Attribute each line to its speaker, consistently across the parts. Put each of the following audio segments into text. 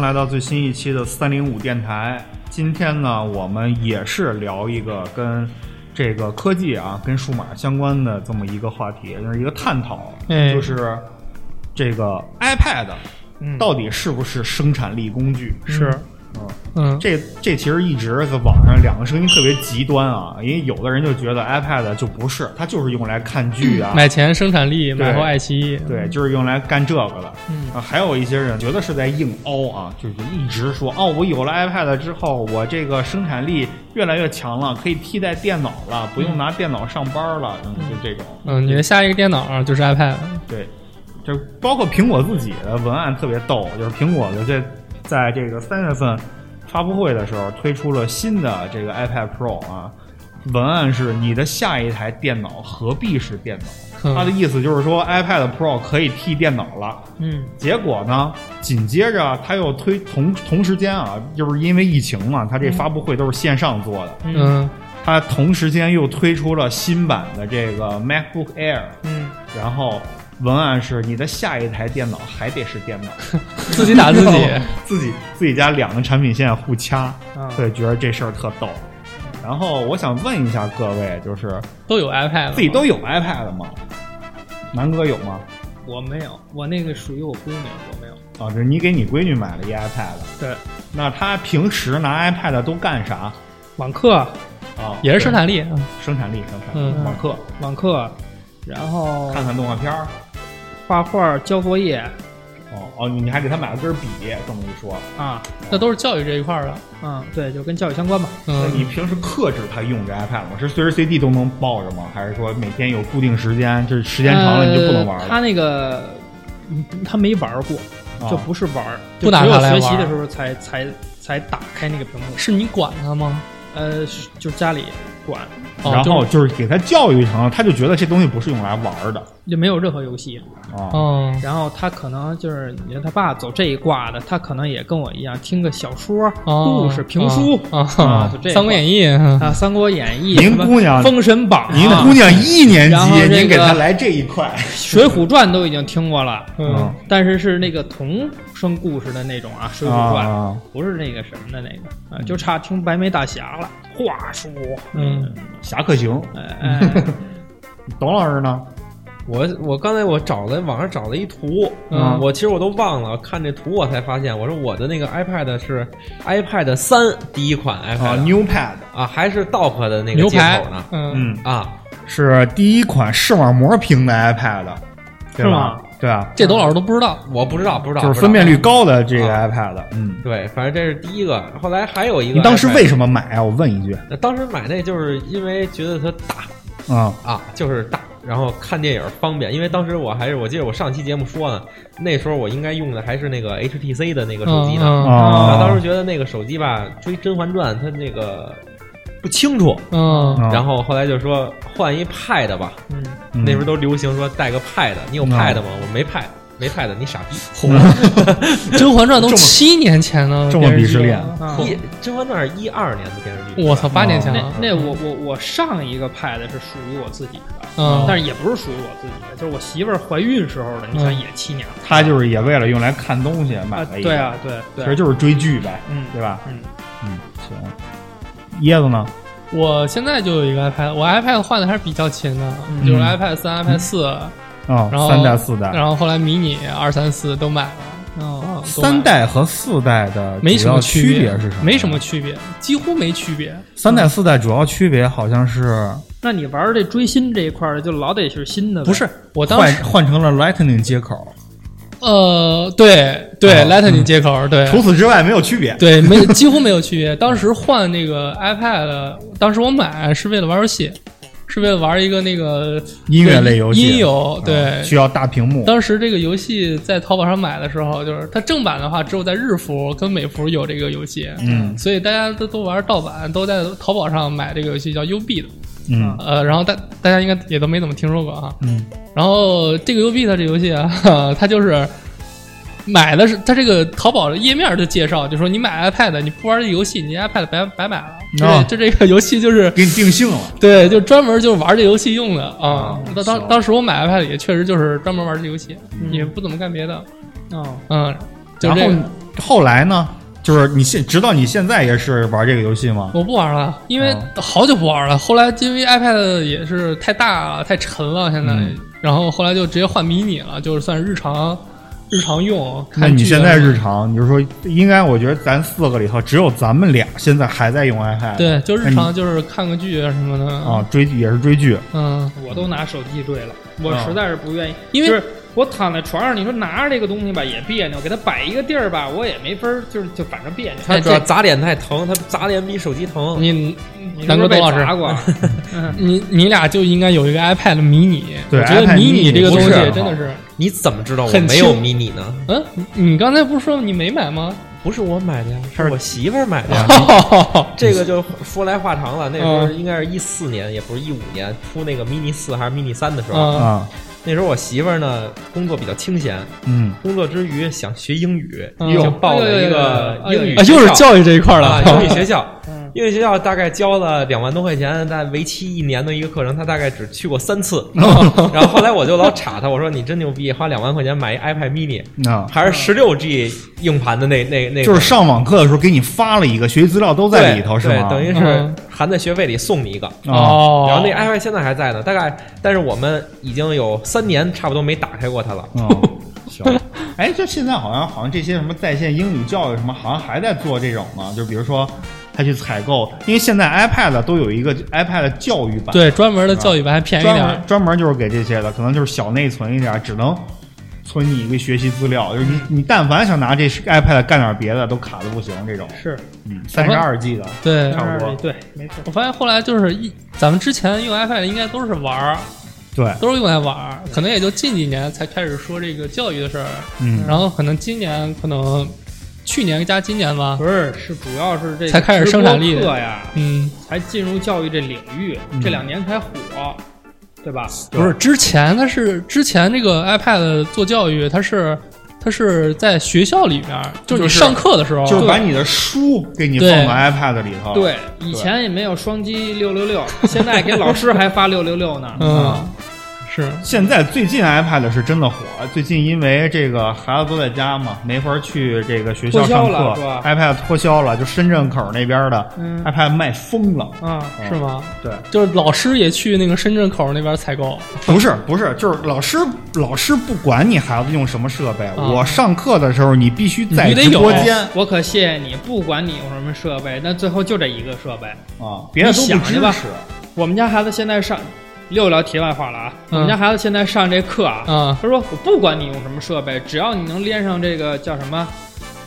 Speaker 1: 来到最新一期的三零五电台。今天呢，我们也是聊一个跟这个科技啊、跟数码相关的这么一个话题，就是一个探讨，
Speaker 2: 哎
Speaker 1: 就是这个 iPad
Speaker 2: 嗯
Speaker 1: 到底是不是生产力工具？
Speaker 2: 是，
Speaker 1: 嗯，
Speaker 2: 嗯，
Speaker 1: 这这其实一直在网上两个声音特别极端啊，因为有的人就觉得 iPad 就不是，它就是用来看剧啊，
Speaker 2: 买前生产
Speaker 1: 对
Speaker 2: 力，买后爱奇艺，
Speaker 1: 对，就是用来干这个的。
Speaker 2: 嗯
Speaker 1: 啊，还有一些人觉得是在硬凹啊，就是一直说哦，我有了 iPad 之后，我这个生产力越来越强了，可以替代电脑了，不用拿电脑上班了，嗯，就这种。
Speaker 2: 嗯嗯，你的下一个电脑就是 iPad，
Speaker 1: 对，就包括苹果自己的文案特别逗，就是苹果的这在这个三月份发布会的时候推出了新的这个 iPad Pro 啊，文案是你的下一台电脑何必是电脑？
Speaker 2: 嗯
Speaker 1: 它的意思就是说 iPad Pro 可以替电脑了。
Speaker 2: 嗯
Speaker 1: 结果呢，紧接着他又推同同时间啊，就是因为疫情嘛，他这发布会都是线上做的，
Speaker 2: 嗯
Speaker 1: 他同时间又推出了新版的这个 MacBook Air，
Speaker 2: 嗯，
Speaker 1: 然后文案是你的下一台电脑还得是电脑，
Speaker 2: 自己打自己，
Speaker 1: 自己自己家两个产品线互掐，
Speaker 2: 啊
Speaker 1: 对，觉得这事儿特逗。然后我想问一下各位，就是
Speaker 2: 都有 iPad，了
Speaker 1: 自己都有 iPad 吗？南哥有吗？
Speaker 3: 我没有，我那个属于我闺女，我没有。
Speaker 1: 啊，这你给你闺女买了一 iPad，
Speaker 3: 对，
Speaker 1: 那她平时拿 iPad 都干啥？
Speaker 3: 网课，
Speaker 1: 啊，
Speaker 2: 也是生产力，嗯
Speaker 1: 生产力，生产力，
Speaker 2: 嗯
Speaker 1: 网课，
Speaker 3: 网课，啊然后
Speaker 1: 看看动画片儿。
Speaker 3: 画画、交作业
Speaker 1: 哦哦，你你还给她买了根笔，这么一说，
Speaker 3: 啊，
Speaker 2: 那都是教育这一块儿的，
Speaker 3: 嗯，对，就跟教育相关吧。
Speaker 1: 那你
Speaker 2: 嗯，
Speaker 1: 平时克制她用这 iPad 吗？是随时随地都能抱着吗？还是说每天有固定时间，就是时间长了你就不能玩
Speaker 3: 呃
Speaker 1: 了？
Speaker 3: 他那个，嗯他没玩过，
Speaker 1: 哦
Speaker 3: 就不是玩儿，
Speaker 2: 不拿
Speaker 3: 就只
Speaker 2: 它
Speaker 3: 有
Speaker 2: 来
Speaker 3: 学习
Speaker 2: 玩儿
Speaker 3: 的时候才才才打开那个屏幕。
Speaker 2: 是你管它吗？
Speaker 3: 呃，是就是家里管，
Speaker 2: 哦
Speaker 1: 然后
Speaker 2: 就是
Speaker 1: 就是给她教育成了，她就觉得这东西不是用来玩儿的
Speaker 3: 就没有任何游戏。
Speaker 1: 啊。
Speaker 2: 嗯，
Speaker 3: 然后他可能就是你看他爸走这一挂的，他可能也跟我一样听个小说、
Speaker 2: 哦
Speaker 3: 故事、评书
Speaker 2: 啊，
Speaker 3: 啊，
Speaker 2: 啊
Speaker 3: 就这一
Speaker 2: 三国
Speaker 3: 挂
Speaker 2: 演义，嗯
Speaker 3: 啊，《三国演义》
Speaker 1: 您
Speaker 3: 什么
Speaker 1: 姑娘
Speaker 3: 封神榜》
Speaker 1: 您
Speaker 3: 啊
Speaker 1: 姑娘一年
Speaker 3: 然后
Speaker 1: 级，
Speaker 3: 这个
Speaker 1: 您给她来这一块，
Speaker 3: 水浒传》都已经听过了，
Speaker 2: 嗯，
Speaker 3: 但是是那个童声故事的那种啊，《水浒传》
Speaker 1: 啊
Speaker 3: 不是那个什么的那个啊，就差听白眉大侠了。话说，
Speaker 2: 嗯，
Speaker 1: 侠客行。
Speaker 3: 哎哎，
Speaker 1: 董老师呢？
Speaker 4: 我我刚才我找了网上找了一图，
Speaker 2: 嗯
Speaker 4: 我其实我都忘了，看这图我才发现，我说我的那个 iPad 是 iPad 三第一款 iPad
Speaker 1: 啊，New Pad，
Speaker 4: 啊还是 Dock 的那个
Speaker 2: 牛
Speaker 4: 接
Speaker 2: 排
Speaker 4: 口呢，
Speaker 2: 嗯，
Speaker 1: 嗯，
Speaker 4: 啊，
Speaker 1: 是第一款视网膜屏的 iPad，对吧
Speaker 3: 是吗？
Speaker 1: 对啊，
Speaker 2: 这董老师都不知道，
Speaker 4: 我不知道不知道，
Speaker 1: 就是
Speaker 4: 不知道
Speaker 1: 分辨率高的这个
Speaker 4: 啊
Speaker 1: iPad。嗯，
Speaker 4: 对，反正这是第一个，后来还有一个，
Speaker 1: 你当时为什么买啊？我问一句
Speaker 4: 么？当时买那就是因为觉得它大
Speaker 1: 啊。
Speaker 4: 啊，就是大。然后看电影方便，因为当时我还是我记得我上期节目说呢，那时候我应该用的还是那个 HTC 的那个手机呢，
Speaker 2: 嗯
Speaker 4: 然后
Speaker 1: 啊，
Speaker 4: 当时觉得那个手机吧，追《甄嬛传》它那个不清楚，
Speaker 2: 嗯，
Speaker 1: 啊
Speaker 4: 然后后来就说换一 Pad 吧，
Speaker 3: 嗯，
Speaker 1: 嗯
Speaker 4: 那时候都流行说带个 Pad，你有
Speaker 1: 嗯
Speaker 4: Pad 吗？我没 Pad，没 Pad，你傻逼。
Speaker 2: 《甄嬛传》都
Speaker 1: 这么
Speaker 2: 七年前了，
Speaker 1: 这么鄙视
Speaker 2: 电视剧
Speaker 1: 链
Speaker 3: 啊
Speaker 4: 一《甄嬛传》是一二年的电视剧，
Speaker 2: 我操，八年前
Speaker 3: 那
Speaker 2: 了，
Speaker 3: 那我我我上一个 Pad 是属于我自己
Speaker 2: 嗯
Speaker 3: 的，但是也不是属于我自己的，就是我媳妇儿怀孕时候的，你
Speaker 2: 嗯
Speaker 3: 想也七年了
Speaker 1: 他就是也为了用来看东西买
Speaker 3: 啊，
Speaker 1: 了一个，
Speaker 3: 对啊，对
Speaker 1: 其
Speaker 3: 对，
Speaker 1: 实就是追剧呗，
Speaker 3: 嗯
Speaker 1: 对吧？
Speaker 3: 嗯，
Speaker 1: 嗯，行。椰子呢？
Speaker 2: 我现在就有一个 iPad，我 iPad 换的还是比较勤的，
Speaker 3: 嗯
Speaker 2: 就是 iPad 三、iPad 四，
Speaker 1: 啊，
Speaker 2: 然后
Speaker 1: 三代、四代，
Speaker 2: 然后后来迷你二三四都买了，
Speaker 3: 哦，
Speaker 2: 嗯
Speaker 1: 三代和四代的
Speaker 2: 没什
Speaker 1: 主要
Speaker 2: 么
Speaker 1: 区
Speaker 2: 别
Speaker 1: 是什么？
Speaker 2: 没什么。区别，几乎没区别。
Speaker 1: 三代、四代主要区别好像是
Speaker 3: 那你玩这追星这一块儿的，就老得是新的呗，
Speaker 2: 不是，我当
Speaker 1: 换
Speaker 2: 时
Speaker 1: 换成了 Lightning 接口，
Speaker 2: 呃，对对、
Speaker 1: 哦
Speaker 2: l i g h t n i n g 接口，对
Speaker 1: 除此之外没有区别。
Speaker 2: 对，没几乎没有区别。当时换那个 iPad，当时我买是为了玩游戏，是为了玩一个那个
Speaker 1: 音乐类游戏，
Speaker 2: 音游，对，
Speaker 1: 嗯需要大屏幕。
Speaker 2: 当时这个游戏在淘宝上买的时候，就是它正版的话，只有在日服跟美服有这个游戏，
Speaker 1: 嗯
Speaker 2: 所以大家都都玩盗版，都在淘宝上买这个游戏叫 UB 的，
Speaker 1: 嗯
Speaker 2: 呃，然后大大家应该也都没怎么听说过啊。
Speaker 1: 嗯
Speaker 2: 然后这个 UB 的这游戏啊， 哈它就是买的是它这个淘宝的页面就介绍，就说你买 iPad 你不玩这游戏，你 iPad 白白买了，就
Speaker 1: 啊
Speaker 2: 这就这个游戏就是
Speaker 1: 给你定性了。
Speaker 2: 对，就专门就是玩这游戏用的啊
Speaker 4: 啊。
Speaker 2: 当当
Speaker 1: 哦行
Speaker 2: 当时我买 iPad 也确实就是专门玩这游戏，
Speaker 3: 嗯
Speaker 2: 也不怎么干别的。
Speaker 3: 哦，
Speaker 2: 嗯，就
Speaker 1: 然
Speaker 2: 这
Speaker 1: 后
Speaker 2: 个
Speaker 1: 你后来呢，就是你现直到你现在也是玩这个游戏吗？
Speaker 2: 我不玩了，因为
Speaker 1: 哦
Speaker 2: 好久不玩了。后来因为 iPad 也是太大了，太沉了，现在，
Speaker 1: 嗯
Speaker 2: 然后后来就直接换迷你了，就是算日常日常用。
Speaker 1: 那
Speaker 2: 看
Speaker 1: 你
Speaker 2: 剧啊
Speaker 1: 现
Speaker 2: 的
Speaker 1: 在
Speaker 2: 时候
Speaker 1: 日常，你就说应该，我觉得咱四个里头只有咱们俩现在还在用 iPad，
Speaker 2: 对，就
Speaker 1: 那
Speaker 2: 日
Speaker 1: 你
Speaker 2: 常就是看个剧啊什么的
Speaker 1: 啊，追剧也是追剧，
Speaker 2: 嗯，
Speaker 3: 我都拿手机追了，我
Speaker 1: 啊
Speaker 3: 实在是不愿意，
Speaker 2: 因为
Speaker 3: 就是我躺在床上，你说拿着这个东西吧也别扭，给它摆一个地儿吧，我也没法儿，就是就反正别 扭。
Speaker 2: 哎
Speaker 4: 他主要砸脸太疼，他砸脸比手机疼。
Speaker 2: 你
Speaker 3: 你
Speaker 2: 南哥
Speaker 3: 被
Speaker 2: 董老师
Speaker 3: 砸过，嗯
Speaker 2: 你你俩就应该有一个 iPad mini，
Speaker 1: 对
Speaker 2: 我觉得
Speaker 1: iPad
Speaker 2: 迷你
Speaker 1: mini
Speaker 2: 这个
Speaker 4: 不
Speaker 2: 东西
Speaker 4: 是
Speaker 2: 真
Speaker 1: 啊
Speaker 2: 的是，
Speaker 4: 你怎么知道我
Speaker 2: 很
Speaker 4: 没有
Speaker 2: 轻
Speaker 4: 迷你呢？
Speaker 2: 嗯，你刚才不是说你没买吗？
Speaker 4: 不是我买的呀，是我媳妇儿买的呀。 啊这个就说来话长了，那时候应该是一四年，也不是一五年出那个 mini 四还是 mini 三的时候。
Speaker 2: 嗯
Speaker 1: 啊，
Speaker 4: 那时候我媳妇儿呢工作比较清闲，
Speaker 1: 嗯，
Speaker 4: 工作之余想学英语，
Speaker 2: 嗯
Speaker 4: 就报了一个
Speaker 3: 哎呦哎呦哎呦
Speaker 4: 英语
Speaker 2: 啊，又是
Speaker 4: 教
Speaker 2: 教育这一块儿了
Speaker 4: 啊，英语 学校。
Speaker 3: 嗯，
Speaker 4: 英语学校大概交了两万多块钱，但为期一年的一个课程，他大概只去过 三次。然后后来我就老查他，我说你真牛逼，花两万块钱买一 iPad mini，
Speaker 1: 啊，
Speaker 4: 还是十六 G 硬盘的那那那个，
Speaker 1: 就是上网课的时候给你发了一个学习资料都在
Speaker 4: 对
Speaker 1: 里头是
Speaker 4: 对
Speaker 1: 吗？
Speaker 4: 等于是
Speaker 2: 嗯
Speaker 4: 含在学费里送你一个。
Speaker 1: 啊，
Speaker 2: 哦，
Speaker 4: 然后那 iPad 现在还在呢，大概，但是我们已经有三年差不多没打开过它了。
Speaker 1: 嗯，行。哎，就现在好像好像这些什么在线英语教育什么，好像还在做这种呢。就比如说，他去采购，因为现在 iPad 都有一个 iPad 的教育版，，
Speaker 2: 对专门的教育版还便宜
Speaker 1: 专
Speaker 2: 点儿
Speaker 1: 门，专门就是给这些的，可能就是小内存一点，只能存你一个学习资料。就是你你但凡想拿这 iPad 干点别的，都卡的不行。这种，
Speaker 3: 是
Speaker 1: 嗯，三十二 G 的，
Speaker 2: 对，
Speaker 1: 差不多
Speaker 3: 22对，没错。
Speaker 2: 哎我发现后来就是一，咱们之前用 iPad 应该都是玩儿，
Speaker 1: 对，
Speaker 2: 都是用来玩儿，可能也就近几年才开始说这个教育的事儿，
Speaker 1: 嗯，
Speaker 2: 然后可能今年可能去年加今年吧，
Speaker 3: 不是，是主要是这
Speaker 2: 才开始生产力
Speaker 3: 直播课呀，
Speaker 2: 嗯，
Speaker 3: 才进入教育这领域，
Speaker 1: 嗯
Speaker 3: 这两年才火，对吧？
Speaker 1: 对
Speaker 2: 不是之前它是之前这个 iPad 做教育，它是它是在学校里面儿，就是
Speaker 1: 就
Speaker 2: 你
Speaker 1: 是
Speaker 2: 上课的时候，
Speaker 1: 就是把你的书给你放
Speaker 2: 嗯对
Speaker 1: 到 iPad 里头，，
Speaker 3: 对，以前也没有双击六 六六，现在给老师还发六六六呢。
Speaker 2: 嗯，是
Speaker 1: 现在最近 iPad 是真的火，最近因为这个孩子都在家嘛，没法去这个学校上
Speaker 3: 脱销了
Speaker 1: 课
Speaker 3: 是吧
Speaker 1: ，iPad 脱销了，就深圳口那边的、
Speaker 3: 嗯
Speaker 1: iPad 卖疯了。
Speaker 3: 啊，
Speaker 1: 嗯
Speaker 2: 是吗？
Speaker 1: 对，
Speaker 2: 就是老师也去那个深圳口那边采购，
Speaker 1: 不是不是，就是老师老师不管你孩子用什么设备，
Speaker 2: 啊
Speaker 1: 我上课的时候你必须在
Speaker 2: 你必
Speaker 1: 直
Speaker 2: 须得有
Speaker 1: 播间
Speaker 3: 我可谢谢你，不管你用什么设备，那最后就这一个设备。
Speaker 1: 啊，别的都
Speaker 3: 你
Speaker 1: 不
Speaker 3: 想
Speaker 1: 支
Speaker 3: 去吧
Speaker 1: 持。
Speaker 3: 我们家孩子现在上，又聊题外话了啊。
Speaker 2: 嗯
Speaker 3: 我们家孩子现在上这课啊，
Speaker 2: 嗯，
Speaker 3: 他说我不管你用什么设备，只要你能连上这个叫什么，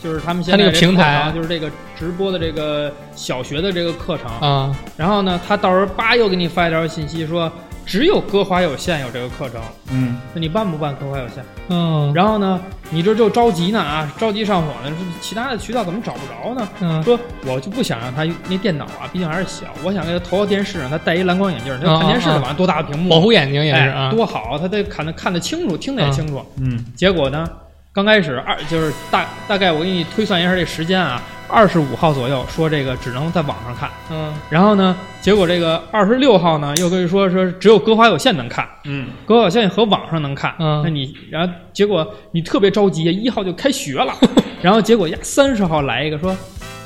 Speaker 3: 就是他们现
Speaker 2: 他
Speaker 3: 在
Speaker 2: 那个
Speaker 3: 这
Speaker 2: 平台
Speaker 3: 课堂就是这个直播的这个小学的这个课程。
Speaker 2: 啊
Speaker 3: 然后呢，他到时候叭又给你发一条信息说，只有歌华有线有这个课程，
Speaker 1: 嗯，
Speaker 3: 那你办不办歌华有线？
Speaker 2: 嗯，
Speaker 3: 然后呢，你这就着急呢啊，着急上火呢，这其他的渠道怎么找不着呢？
Speaker 2: 嗯
Speaker 3: 说我就不想让他用那电脑啊，毕竟还是小，我想给他投到电视上，他戴一蓝光眼镜儿，他看电视的晚上多大的屏幕，
Speaker 2: 啊保护眼睛也是
Speaker 3: 哎
Speaker 2: 啊，
Speaker 3: 多好，他得看得看得清楚，听得也清楚。
Speaker 1: 嗯，
Speaker 3: 结果呢，刚开始二就是大大概我给你推算一下这时间啊，二十五号左右说这个只能在网上看，
Speaker 2: 嗯，
Speaker 3: 然后呢，结果这个二十六号呢又跟你说说只有歌华有线能看，
Speaker 1: 嗯，
Speaker 3: 歌华有线和网上能看，
Speaker 2: 嗯
Speaker 3: 那你然后结果你特别着急，一号就开学 了，然后结果呀三十号来一个说。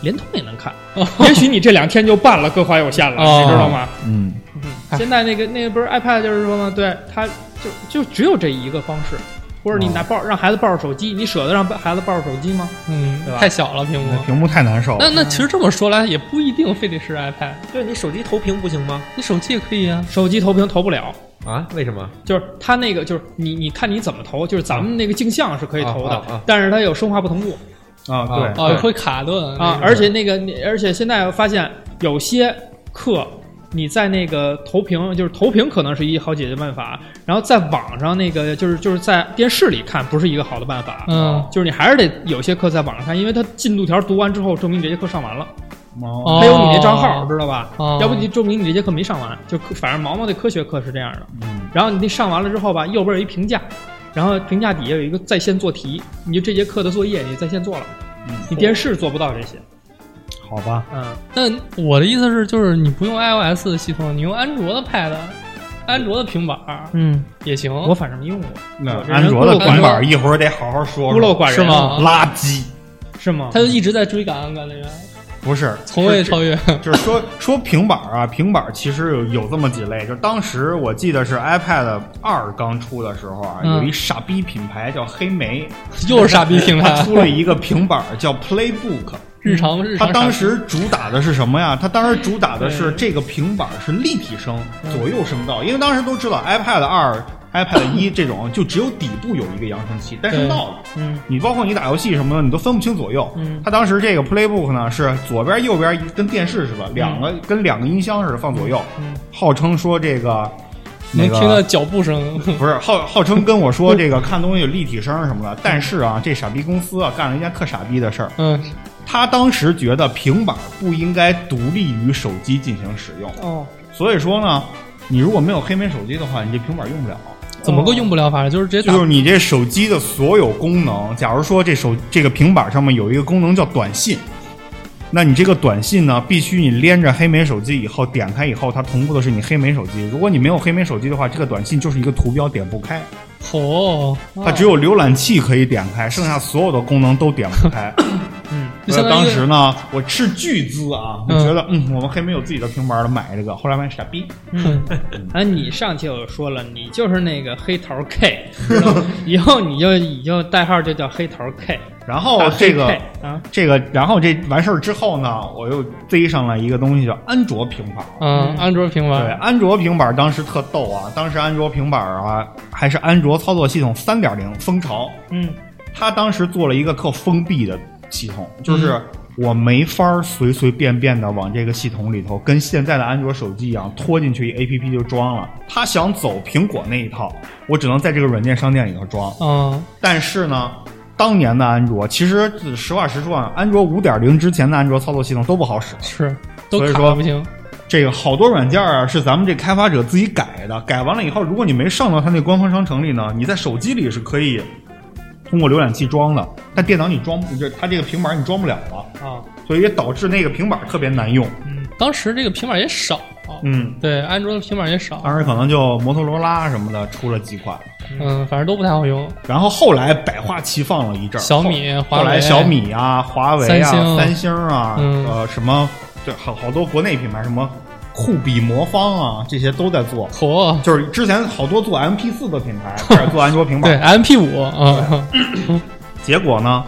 Speaker 3: 联通也能看，也许你这两天就办了歌华有线了，
Speaker 2: 哦
Speaker 3: 你知道吗？
Speaker 1: 嗯，
Speaker 2: 哎
Speaker 3: 现在那个那个不是 iPad 就是说嘛，对，它就就只有这一个方式，或者你拿抱让孩子抱着手机，你舍得让孩子抱着手机吗？
Speaker 2: 嗯
Speaker 3: 对，吧
Speaker 2: 太小了屏幕
Speaker 1: 那。屏幕太难受
Speaker 2: 那
Speaker 1: 了。
Speaker 2: 那其实这么说来，也不一定非得是 iPad，
Speaker 4: 对你手机投屏不行吗？
Speaker 2: 你手机也可以啊。
Speaker 3: 手机投屏投不了，
Speaker 4: 啊？为什么？
Speaker 3: 就是它那个就是你你看你怎么投，就是咱们那个镜像是可以投的，
Speaker 4: 啊啊啊
Speaker 3: 但是它有生化不同步
Speaker 1: 啊，对
Speaker 4: 啊
Speaker 2: 哦，
Speaker 4: 对
Speaker 2: 会卡顿
Speaker 3: 啊，而且那个你而且现在我发现有些课。你在那个投屏，就是投屏可能是一好解决办法，然后在网上那个就是就是在电视里看不是一个好的办法，啊
Speaker 2: 嗯
Speaker 3: 就是你还是得有些课在网上看，因为它进度条读完之后，证明你这节课上完了，
Speaker 1: 哦，
Speaker 2: 哦
Speaker 3: 还有你那账号，知道吧？
Speaker 2: 哦
Speaker 3: 要不你证明你这节课没上完，就科反正毛毛的科学课是这样的。
Speaker 1: 嗯，
Speaker 3: 然后你那上完了之后吧，右边有一评价，然后评价底下有一个在线做题，你就这节课的作业你在线做了，
Speaker 1: 嗯
Speaker 2: 哦
Speaker 3: 你电视做不到这些。
Speaker 1: 好吧，
Speaker 3: 嗯，
Speaker 2: 那我的意思是，就是你不用 iOS 的系统，你用安卓的 Pad，安卓的平板儿
Speaker 3: 嗯，
Speaker 2: 也行。
Speaker 3: 我反正没用过，
Speaker 1: 那
Speaker 3: 我这人
Speaker 1: 安卓的
Speaker 3: 孤陋
Speaker 1: 管
Speaker 3: 寡
Speaker 1: 板一会儿得好好说
Speaker 3: 孤陋
Speaker 1: 说，
Speaker 3: 寡人啊
Speaker 2: 是吗
Speaker 1: 垃圾。
Speaker 3: 是吗？
Speaker 2: 他就一直在追赶，感觉
Speaker 1: 不是，
Speaker 2: 啊从未
Speaker 1: 是
Speaker 2: 超越。
Speaker 1: 就是说说平板儿啊，平板儿其实有有这么几类，就当时我记得是 iPad 二刚出的时候啊，
Speaker 2: 嗯
Speaker 1: 有一傻逼品牌叫黑 莓，
Speaker 2: 又是傻逼平 台
Speaker 1: 它，出了一个平板儿叫 Playbook，
Speaker 2: 日常日常傻
Speaker 1: 它
Speaker 2: 逼。
Speaker 1: 当时主打的是什么呀？它当时主打的是这个平板儿是立体声，左右声道，因为当时都知道 iPad 二、iPad 一这种就只有底部有一个扬声器，但是
Speaker 2: 对
Speaker 1: 闹了。
Speaker 3: 嗯，
Speaker 1: 你包括你打游戏什么的，你都分不清左右。
Speaker 3: 嗯
Speaker 1: 他当时这个 Playbook 呢是左边右边跟电视似的，两个、
Speaker 2: 嗯
Speaker 1: 跟两个音箱似的放左右，
Speaker 3: 嗯
Speaker 1: 号称说这个那
Speaker 2: 能
Speaker 1: 个
Speaker 2: 听到脚步声，
Speaker 1: 不是号号称跟我说这个看东西有立体声什么的，但是啊，这傻逼公司啊干了一件特傻逼的事儿，
Speaker 2: 嗯，
Speaker 1: 他当时觉得平板不应该独立于手机进行使用，
Speaker 3: 哦，
Speaker 1: 所以说呢，你如果没有黑莓手机的话，你这平板用不了。
Speaker 2: 怎么个用不了法？就是直接
Speaker 1: 就
Speaker 2: 打
Speaker 1: 是你这手机的所有功能，假如说这手这个平板上面有一个功能叫短信，那你这个短信呢，必须你连着黑莓手机以后点开以后，它同步的是你黑莓手机。如果你没有黑莓手机的话，这个短信就是一个图标点不开，
Speaker 2: 哦，
Speaker 1: 它只有浏览器可以点开，剩下所有的功能都点不开。
Speaker 2: 就
Speaker 1: 所以
Speaker 2: 相当
Speaker 1: 当
Speaker 2: 于
Speaker 1: 时呢，我斥巨资啊，我
Speaker 2: 嗯
Speaker 1: 觉得嗯，我们黑莓有自己的平板了，买这个。后来发现傻逼，
Speaker 3: 嗯，哎，你上期我说了，你就是那个黑桃 K，知道吗以后你就你就代号就叫黑桃 K，
Speaker 1: 然
Speaker 3: 大
Speaker 1: 后
Speaker 3: 黑
Speaker 1: 哦这个。
Speaker 3: K，啊，
Speaker 1: 这个，然后这完事儿之后呢，我又逮上了一个东西叫安卓平板。
Speaker 2: 嗯，安卓平
Speaker 1: 对啊
Speaker 2: 板，，
Speaker 1: 安卓平板当时特逗啊，当时安卓平板啊还是安卓操作系统三点零风潮，
Speaker 3: 嗯，
Speaker 1: 它当时做了一个特封闭的系统，就是我没法儿随随便便的往这个系统里头跟现在的安卓手机一样拖进去一 APP 就装了，它想走苹果那一套，我只能在这个软件商店里头装。
Speaker 2: 嗯，
Speaker 1: 但是呢，当年的安卓其实实话实说啊，安卓五点零之前的安卓操作系统都不好使，
Speaker 2: 是都
Speaker 1: 所以
Speaker 2: 卡
Speaker 1: 说
Speaker 2: 不行，
Speaker 1: 这个好多软件啊是咱们这开发者自己改的，改完了以后，如果你没上到它那官方商城里呢，你在手机里是可以通过浏览器装的，但电脑你装不，就是它这个平板你装不了了，
Speaker 3: 哦，
Speaker 1: 所以也导致那个平板特别难用。
Speaker 2: 当时这个平板也少，
Speaker 1: 嗯，
Speaker 2: 对，安卓的平板也少，
Speaker 1: 当时可能就摩托罗拉什么的出了几款，
Speaker 2: 嗯，反正都不太好用。
Speaker 1: 然后后来百花齐放了一阵儿，
Speaker 2: 小米、华
Speaker 1: 后
Speaker 2: 为、
Speaker 1: 来小，米啊、华为啊、
Speaker 2: 三星
Speaker 1: 三星啊，
Speaker 2: 嗯
Speaker 1: 呃，什么对，好好多国内品牌，什么酷比魔方啊，这些都在做。
Speaker 2: 嚯，
Speaker 1: 就是之前好多做 MP 四的品牌 开始做安卓平
Speaker 2: 对
Speaker 1: 板，
Speaker 2: ，MP 五啊，
Speaker 1: 结果呢，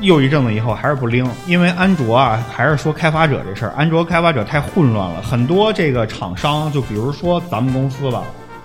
Speaker 1: 又一阵子以后还是不灵，因为安卓啊，还是说开发者这事儿，安卓开发者太混乱了，很多这个厂商，就比如说咱们公司吧，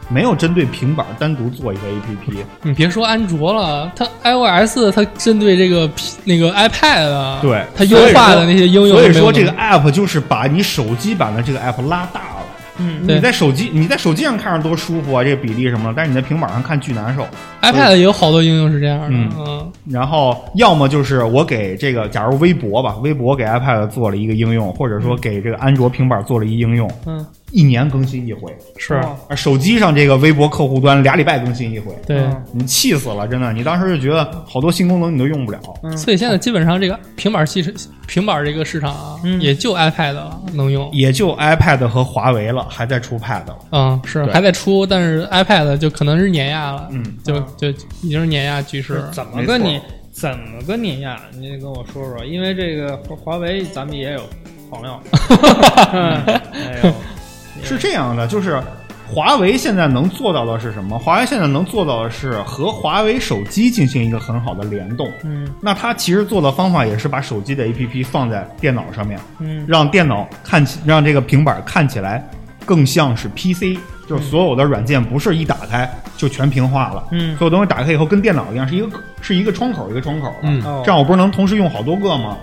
Speaker 1: 没有针对平板单独做一个 APP，
Speaker 2: 你别说安卓了，它 iOS 它针对这个那个 iPad 啊，
Speaker 1: 对
Speaker 2: 它优化的那些应用都
Speaker 1: 所以
Speaker 2: 没有弄，
Speaker 1: 说这个 app 就是把你手机版的这个 app 拉大了。
Speaker 3: 嗯，
Speaker 2: 对
Speaker 1: 你在手机你在手机上看着多舒服啊，这个比例什么的，但是你在平板上看巨难受。
Speaker 2: iPad 也有好多应用是这样的，
Speaker 1: 嗯
Speaker 2: 嗯，
Speaker 1: 然后要么就是我给这个，假如微博吧，微博给 iPad 做了一个应用，或者说给这个安卓平板做了一应用，
Speaker 3: 嗯，
Speaker 1: 一年更新一回。
Speaker 2: 是啊
Speaker 3: 哦
Speaker 1: 而手机上这个微博客户端俩礼拜更新一回，
Speaker 2: 对。
Speaker 3: 嗯
Speaker 1: 你气死了，真的。你当时就觉得好多新功能你都用不了，
Speaker 3: 嗯
Speaker 2: 所以现在基本上这个平板系平板这个市场啊，
Speaker 3: 嗯
Speaker 2: 也就 iPad 了能用。
Speaker 1: 也就 iPad 和华为了，还在出 Pad 了。
Speaker 2: 嗯，是
Speaker 1: 对
Speaker 2: 还在出，但是 iPad 就可能是碾压了，
Speaker 1: 嗯
Speaker 2: 就
Speaker 3: 嗯
Speaker 2: 就已经是碾压趋势
Speaker 3: 是。怎么
Speaker 1: 没
Speaker 3: 个
Speaker 1: 错
Speaker 3: 你怎么个你呀？你得跟我说说，因为这个华华为咱们也有朋友，嗯哎呦，
Speaker 1: 是这样的，就是华为现在能做到的是什么？华为现在能做到的是和华为手机进行一个很好的联动。
Speaker 3: 嗯
Speaker 1: 那它其实做的方法也是把手机的 APP 放在电脑上面，
Speaker 3: 嗯
Speaker 1: 让电脑看起，让这个平板看起来更像是 PC，就是所有的软件不是一打开就全屏化了，
Speaker 3: 嗯
Speaker 1: 所有东西打开以后跟电脑一样，是一个是一个窗口一个窗口的，
Speaker 4: 嗯
Speaker 3: 哦
Speaker 1: 这样我不是能同时用好多个吗？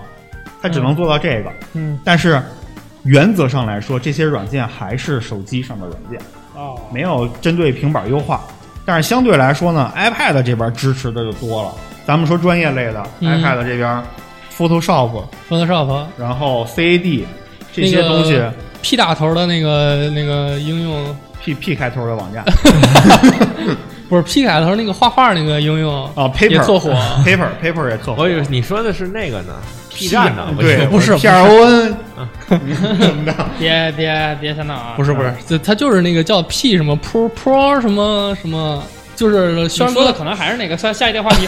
Speaker 1: 它只能做到这个，
Speaker 3: 嗯
Speaker 1: 但是原则上来说，这些软件还是手机上的软件，
Speaker 3: 哦
Speaker 1: 没有针对平板优化。但是相对来说呢，iPad 这边支持的就多了。咱们说专业类的、
Speaker 2: 嗯
Speaker 1: i p a d 这边，Photoshop，
Speaker 2: Photoshop
Speaker 1: 然后 CAD 这些东西、
Speaker 2: 那个 P 打头的那个那个应 用，
Speaker 1: p P 开头的网 站
Speaker 2: 不是 P 打头那个画画那个应用
Speaker 1: 啊
Speaker 2: 也特
Speaker 1: ，Paper
Speaker 2: 火。
Speaker 1: Paper Paper 也特火
Speaker 4: 我。以为你说的是那个呢，P 站呢？
Speaker 1: 对，
Speaker 2: 不是不
Speaker 1: P
Speaker 2: 是
Speaker 1: R O N 什么的，
Speaker 3: 别别别想脑啊！
Speaker 2: 不是不是，就它就是那个叫 P 什么 Pro Pro 什么什么，就是
Speaker 3: 你
Speaker 2: 宣
Speaker 3: 说
Speaker 2: 说
Speaker 3: 的可能还是那个下下一条话题。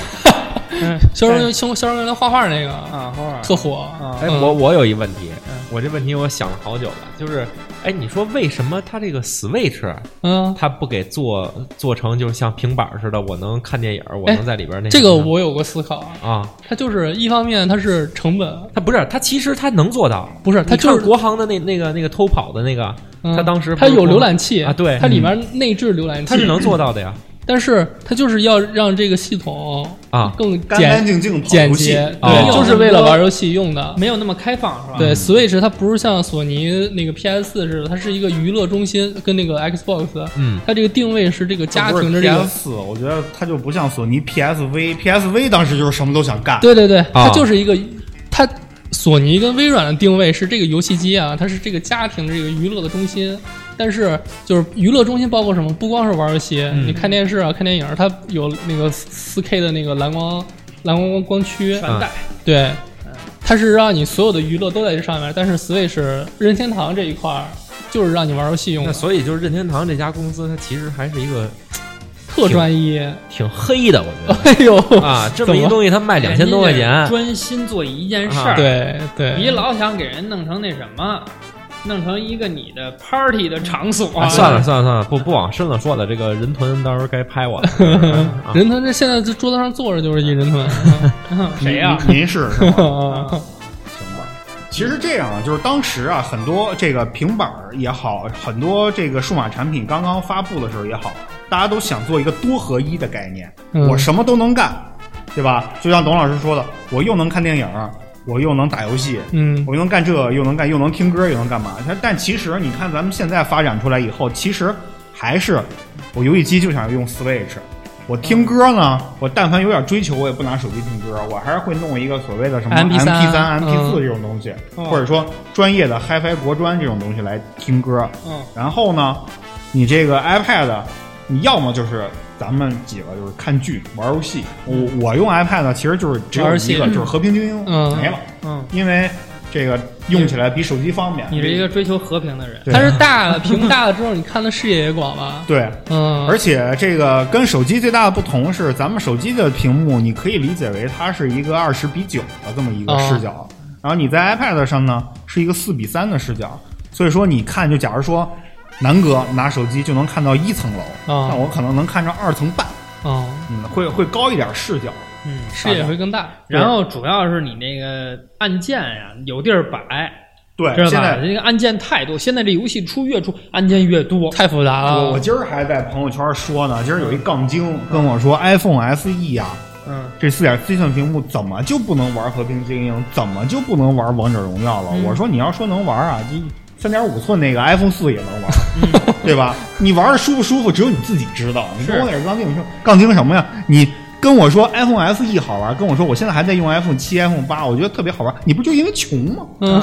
Speaker 3: 嗯
Speaker 2: 销售销销售用来画画那个
Speaker 3: 啊，花儿
Speaker 2: 特火，
Speaker 3: 啊
Speaker 4: 哎，
Speaker 2: 嗯
Speaker 4: 我我有一问题
Speaker 3: 嗯，
Speaker 4: 我这问题我想了好久了，就是，哎，你说为什么它这个 Switch
Speaker 2: 嗯，
Speaker 4: 它不给做做成就是像平板似的，我能看电影，我
Speaker 2: 哎
Speaker 4: 能在里边那
Speaker 2: 这
Speaker 4: 什
Speaker 2: 个
Speaker 4: 么呢
Speaker 2: 我有过思考，
Speaker 4: 啊，
Speaker 2: 它就是一方面它是成本，
Speaker 4: 它不是，它其实它能做到，
Speaker 2: 不是它
Speaker 4: 你看
Speaker 2: 就是
Speaker 4: 国行的那那个那个偷跑的那个，
Speaker 2: 嗯
Speaker 4: 它当时
Speaker 2: 它
Speaker 4: 不是
Speaker 2: 有
Speaker 4: 说
Speaker 2: 浏览器
Speaker 4: 啊对
Speaker 2: 它里面内置浏览器，
Speaker 4: 它是能做到的呀
Speaker 2: 但是它就是要让这个系统
Speaker 4: 啊，
Speaker 2: 更
Speaker 1: 干干净
Speaker 2: 简
Speaker 1: 净跑
Speaker 2: 简
Speaker 1: 游戏
Speaker 2: 洁，
Speaker 4: 哦
Speaker 2: 对，就是为了玩
Speaker 3: 游
Speaker 2: 游戏用的。
Speaker 3: 没有那么开放是吧？
Speaker 2: 对，Switch 它不是像索尼那个 PS 似的，它是一个娱乐中心，跟那个 Xbox，
Speaker 4: 嗯，
Speaker 2: 它这个定位是这个家庭的这个
Speaker 1: PS 四，我觉得它就不像索尼 PSV，PSV 当时就是什么都想干，
Speaker 2: 对对对，它就是一个，它索尼跟微软的定位是这个游戏机啊，它是这个家庭这个娱乐的中心。但是就是娱乐中心包括什么？不光是玩游戏，你看电视啊、看电影，它有那个四 K 的那个蓝光蓝光光
Speaker 4: 嗯
Speaker 2: 区，
Speaker 3: 全带
Speaker 2: 对，它是让你所有的娱乐都在这上面。但是 Switch 任天堂这一块儿就是让你玩游戏用
Speaker 4: 那
Speaker 2: 的，
Speaker 4: 所以就是任天堂这家公司，它其实还是一个
Speaker 2: 特专一。
Speaker 4: 挺黑的，我 觉得。
Speaker 2: 哎呦，
Speaker 4: 啊，这么
Speaker 2: 怎
Speaker 4: 一
Speaker 2: 么
Speaker 4: 东西，它卖两千多块钱
Speaker 2: 哎
Speaker 3: 人家，专心做一件事儿、
Speaker 4: 啊，
Speaker 2: 对对，
Speaker 3: 你老想给人弄成那什么，弄成一个你的 party 的场所、
Speaker 4: 啊，算了算了算了，不不往深了说了，这个人臀到时候该 拍我了。啊
Speaker 2: 人他这现在这桌子上坐着就是一人臀。
Speaker 3: 谁呀、
Speaker 1: 您您是是吗
Speaker 2: 啊
Speaker 1: 行吧？其实这样啊，就是当时啊，很多这个平板儿也好，很多这个数码产品刚刚发布的时候也好，大家都想做一个多合一的概念，
Speaker 2: 嗯
Speaker 1: 我什么都能干，对吧？就像董老师说的，我又能看电影儿，我又能打游戏，
Speaker 2: 嗯
Speaker 1: 我又能干这，又能干，又能听歌，又能干嘛？但但其实你看，咱们现在发展出来以后，其实还是我游戏机就想用 Switch。我听
Speaker 2: 嗯
Speaker 1: 歌呢，我但凡有点追求，我也不拿手机听歌，我还是会弄一个所谓的什么
Speaker 2: MP3
Speaker 1: 三、
Speaker 2: 嗯
Speaker 1: MP 四这种东西，
Speaker 3: 哦
Speaker 1: 或者说专业的 HiFi 国专这种东西来听歌。
Speaker 3: 嗯，
Speaker 1: 然后呢，你这个 iPad，你要么就是咱们几个就是看剧、玩游戏。我我用 iPad 呢，其实就是只有
Speaker 2: 嗯玩游戏
Speaker 1: 一个，就是和平精英、
Speaker 2: 嗯
Speaker 1: 没了。
Speaker 3: 嗯，
Speaker 1: 因为这个用起来比手机方便。
Speaker 3: 你是一个追求和平的人，
Speaker 1: 对
Speaker 2: 它是大了，屏幕大了之后，你看的视野也广吧？
Speaker 1: 对，
Speaker 2: 嗯，
Speaker 1: 而且这个跟手机最大的不同是，咱们手机的屏幕你可以理解为它是一个二十比九的这么一个视角，
Speaker 3: 哦
Speaker 1: 然后你在 iPad 上呢是一个四比三的视角，所以说你看，就假如说南哥拿手机就能看到一层楼，
Speaker 3: 哦
Speaker 2: 啊
Speaker 1: 那我可能能看着二层半，
Speaker 2: 嗯，
Speaker 1: 嗯，会会高一点视角。
Speaker 3: 嗯。
Speaker 2: 视野会更大。
Speaker 1: 对
Speaker 3: 然后主要是你那个按键呀，有地儿摆，
Speaker 1: 对，
Speaker 3: 知道
Speaker 1: 现
Speaker 3: 吧？
Speaker 1: 在
Speaker 3: 这个按键太多，现在这游戏出越出按键越多，
Speaker 2: 太复杂
Speaker 1: 我我
Speaker 2: 了，
Speaker 1: 今儿还在朋友圈说呢，今儿有一杠精跟我说 iPhone SE 啊，
Speaker 3: 嗯，
Speaker 1: 这四点七寸屏幕怎么就不能玩和平精英？怎么就不能玩王者荣耀了？我说你要说能玩啊，你三点五寸那个 iPhone 四也能玩，对吧？你玩的舒不舒服，只有你自己知道。你跟我也是杠精，你说杠精什么呀？你跟我说 iPhone SE 好玩，跟我说我现在还在用 iPhone 七、iPhone 八，我觉得特别好玩，你不就因为穷吗？
Speaker 2: 嗯，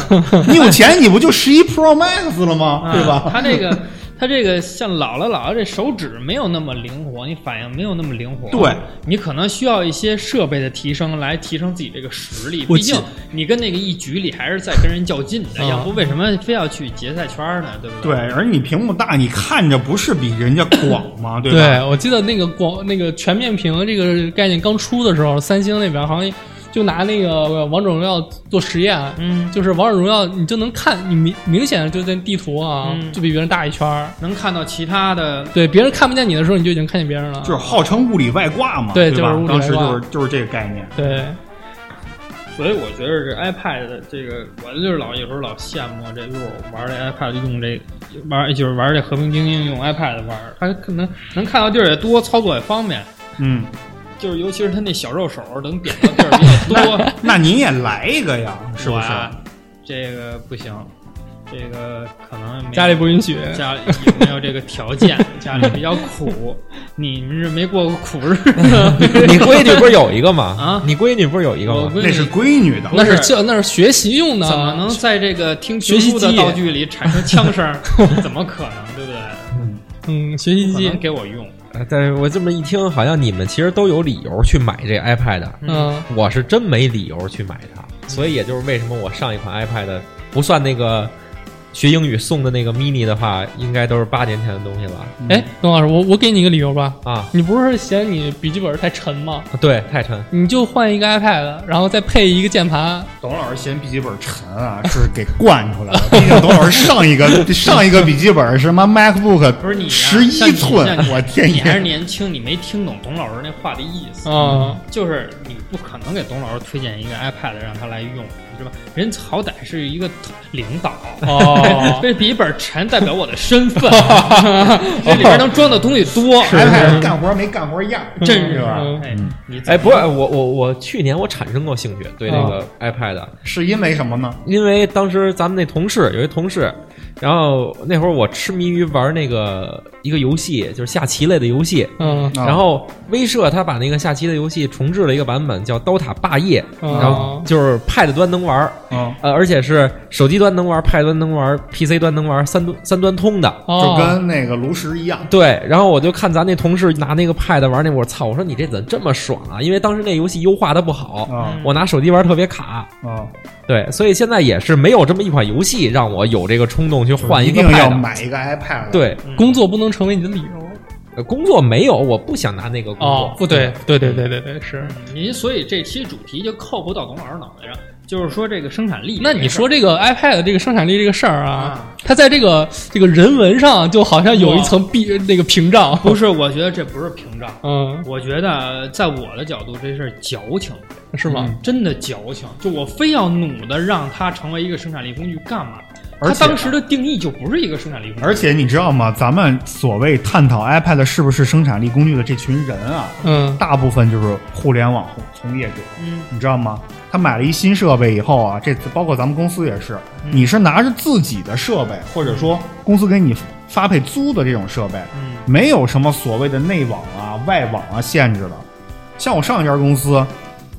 Speaker 1: 你有钱，你不就十一 Pro Max 了吗？
Speaker 3: 啊
Speaker 1: 对 吧？
Speaker 3: 它这个，它这个像老了老了，这手指没有那么灵活，你反应没有那么灵活。
Speaker 1: 对，
Speaker 3: 你可能需要一些设备的提升来提升自己这个实力。
Speaker 2: 我
Speaker 3: 毕
Speaker 2: 记
Speaker 3: 竟你跟那个一局里还是在跟人较劲的，
Speaker 2: 啊
Speaker 3: 要不为什么非要去决赛圈呢？对不
Speaker 1: 对，
Speaker 3: 对，
Speaker 1: 而你屏幕大，你看着不是比人家广吗？对吧？
Speaker 2: 对，我记得那个广那个全面屏这个概念刚出的时候，三星那边好像就拿那个王者荣耀做实验，
Speaker 3: 嗯，
Speaker 2: 就是王者荣耀你就能看，你明明显就在地图啊，
Speaker 3: 嗯
Speaker 2: 就比别人大一圈儿。
Speaker 3: 能看到其他的
Speaker 2: 对，别人看不见你的时候，你就已经看见别人了。
Speaker 1: 就是号称物理外挂嘛，
Speaker 2: 对
Speaker 1: 吧？
Speaker 2: 就是物理外挂
Speaker 1: 当时就是就是这个概念。
Speaker 2: 对，
Speaker 3: 所以我觉得这 iPad 的这个，我就是老有时候老羡慕这路玩这 iPad 用这玩就是玩这和平精英用 iPad 玩，它可能能看到地儿也多，操作也方便。
Speaker 1: 嗯，
Speaker 3: 就是尤其是它那小肉手能点的地儿比 较多，
Speaker 1: 那您也来一个呀，是
Speaker 3: 我
Speaker 1: 不是？
Speaker 3: 啊这个不行，这个可能没
Speaker 2: 家里不允许。
Speaker 3: 家里也没有这个条件，家里比较苦，你们是没过过苦日子
Speaker 1: 嗯
Speaker 4: 你闺女不是有一个吗？
Speaker 3: 啊
Speaker 4: 你闺女不是有一个
Speaker 3: 我
Speaker 4: 吗？
Speaker 3: 闺
Speaker 1: 那
Speaker 3: 女
Speaker 1: 是啊闺女的，
Speaker 2: 那是
Speaker 3: 不是
Speaker 2: 教那是学习用的，
Speaker 3: 怎么能在这个听
Speaker 2: 学
Speaker 3: 评
Speaker 2: 习
Speaker 3: 书的
Speaker 2: 机
Speaker 3: 道具里产生 枪声？怎么可能，对不对？
Speaker 2: 嗯，学习
Speaker 3: 不可
Speaker 2: 机
Speaker 3: 能，给我用，
Speaker 4: 呃但是我这么一听，好像你们其实都有理由去买这 iPad，
Speaker 2: 嗯
Speaker 4: 我是真没理由去买它，所以也就是为什么我上一款 iPad 不算那个学英语送的那个 mini 的话，应该都是八年前的东西了
Speaker 2: 哎，董老师，我我给你一个理由吧，
Speaker 4: 啊。
Speaker 2: 你不是嫌你笔记本太沉吗？
Speaker 4: 对，太沉。
Speaker 2: 你就换一个 iPad，然后再配一个键盘。
Speaker 1: 董老师嫌笔记本沉啊， 是给惯出来的。毕竟董老师上一个上一个笔记本是妈 MacBook，
Speaker 3: 不是你啊
Speaker 1: 十
Speaker 3: 像
Speaker 1: 一
Speaker 3: 你
Speaker 1: 寸
Speaker 3: 像，你
Speaker 1: 我天
Speaker 3: 你还是
Speaker 1: 爷！
Speaker 3: 年轻，你没听懂董老师那话的意思。
Speaker 2: 啊、
Speaker 3: 就是你不可能给董老师推荐一个 iPad 让他来用，是吧？人好歹是一个领导，
Speaker 2: 哦
Speaker 3: 这笔记本沉代表我的 身份，这里边能装的东西
Speaker 2: 哦
Speaker 3: 多，
Speaker 1: 还还干活没干活样，
Speaker 3: 真是
Speaker 1: 是吧？嗯
Speaker 2: 嗯
Speaker 3: 哎，你
Speaker 4: 哎，不是我我我去年我产生过兴趣对那个 iPad，、
Speaker 1: 啊是因为什么呢？
Speaker 4: 因为当时咱们那同事有一同事，然后那会儿我痴迷于玩那个一个游戏，就是下棋类的游戏。
Speaker 2: 嗯
Speaker 1: 啊
Speaker 4: 然后威社他把那个下棋的游戏重置了一个版本，叫《刀塔霸
Speaker 1: 啊
Speaker 4: 业》，
Speaker 2: 哦
Speaker 4: 然后就是 Pad 端能玩，
Speaker 1: 嗯，
Speaker 4: 呃，而且是手机端能玩，Pad 端能玩，PC 端能玩，三端三端通的。
Speaker 1: 就
Speaker 2: 哦，
Speaker 1: 跟那个炉石一样，
Speaker 4: 对，然后我就看咱那同事拿那个 Pad 玩那，我操！我说你这怎么这么爽啊？因为当时那游戏优化的不好，
Speaker 1: 啊
Speaker 4: 我拿手机玩特别卡。
Speaker 1: 啊，
Speaker 4: 对，所以现在也是没有这么一款游戏让我有这个冲动去换
Speaker 1: 一
Speaker 4: 个
Speaker 1: 定要
Speaker 4: Pad。
Speaker 1: 买一个 iPad。，
Speaker 4: 对，
Speaker 3: 嗯
Speaker 2: 工作不能成为你的理由。
Speaker 4: 呃工作没有，我不想拿那个工
Speaker 2: 哦
Speaker 4: 作，。
Speaker 2: 不对，对对对对对，是。
Speaker 3: 您嗯所以这期主题就扣回到董老师脑袋上，就是说这个生产力。
Speaker 2: 那你说这个 iPad 这个生产力这个事儿啊
Speaker 3: 啊，
Speaker 2: 它在这个这个人文上就好像有一层壁那个屏障。
Speaker 3: 不是？我觉得这不是屏障，
Speaker 2: 嗯，
Speaker 3: 我觉得在我的角度，这是矫情，
Speaker 2: 是吗？
Speaker 3: 真的矫情。就我非要努的让它成为一个生产力工具，干嘛？
Speaker 1: 而
Speaker 3: 它
Speaker 1: 且
Speaker 3: 当时的定义就不是一个生产力工具，
Speaker 1: 而且你知道吗？咱们所谓探讨 iPad 是不是生产力工具的这群人啊，
Speaker 2: 嗯
Speaker 1: 大部分就是互联网从业者，
Speaker 3: 嗯，
Speaker 1: 你知道吗？他买了一新设备以后啊，这次包括咱们公司也是，你是拿着自己的设备，或者说公司给你发配租的这种设备，
Speaker 3: 嗯
Speaker 1: 没有什么所谓的内网啊、外网啊限制的。像我上一家公司，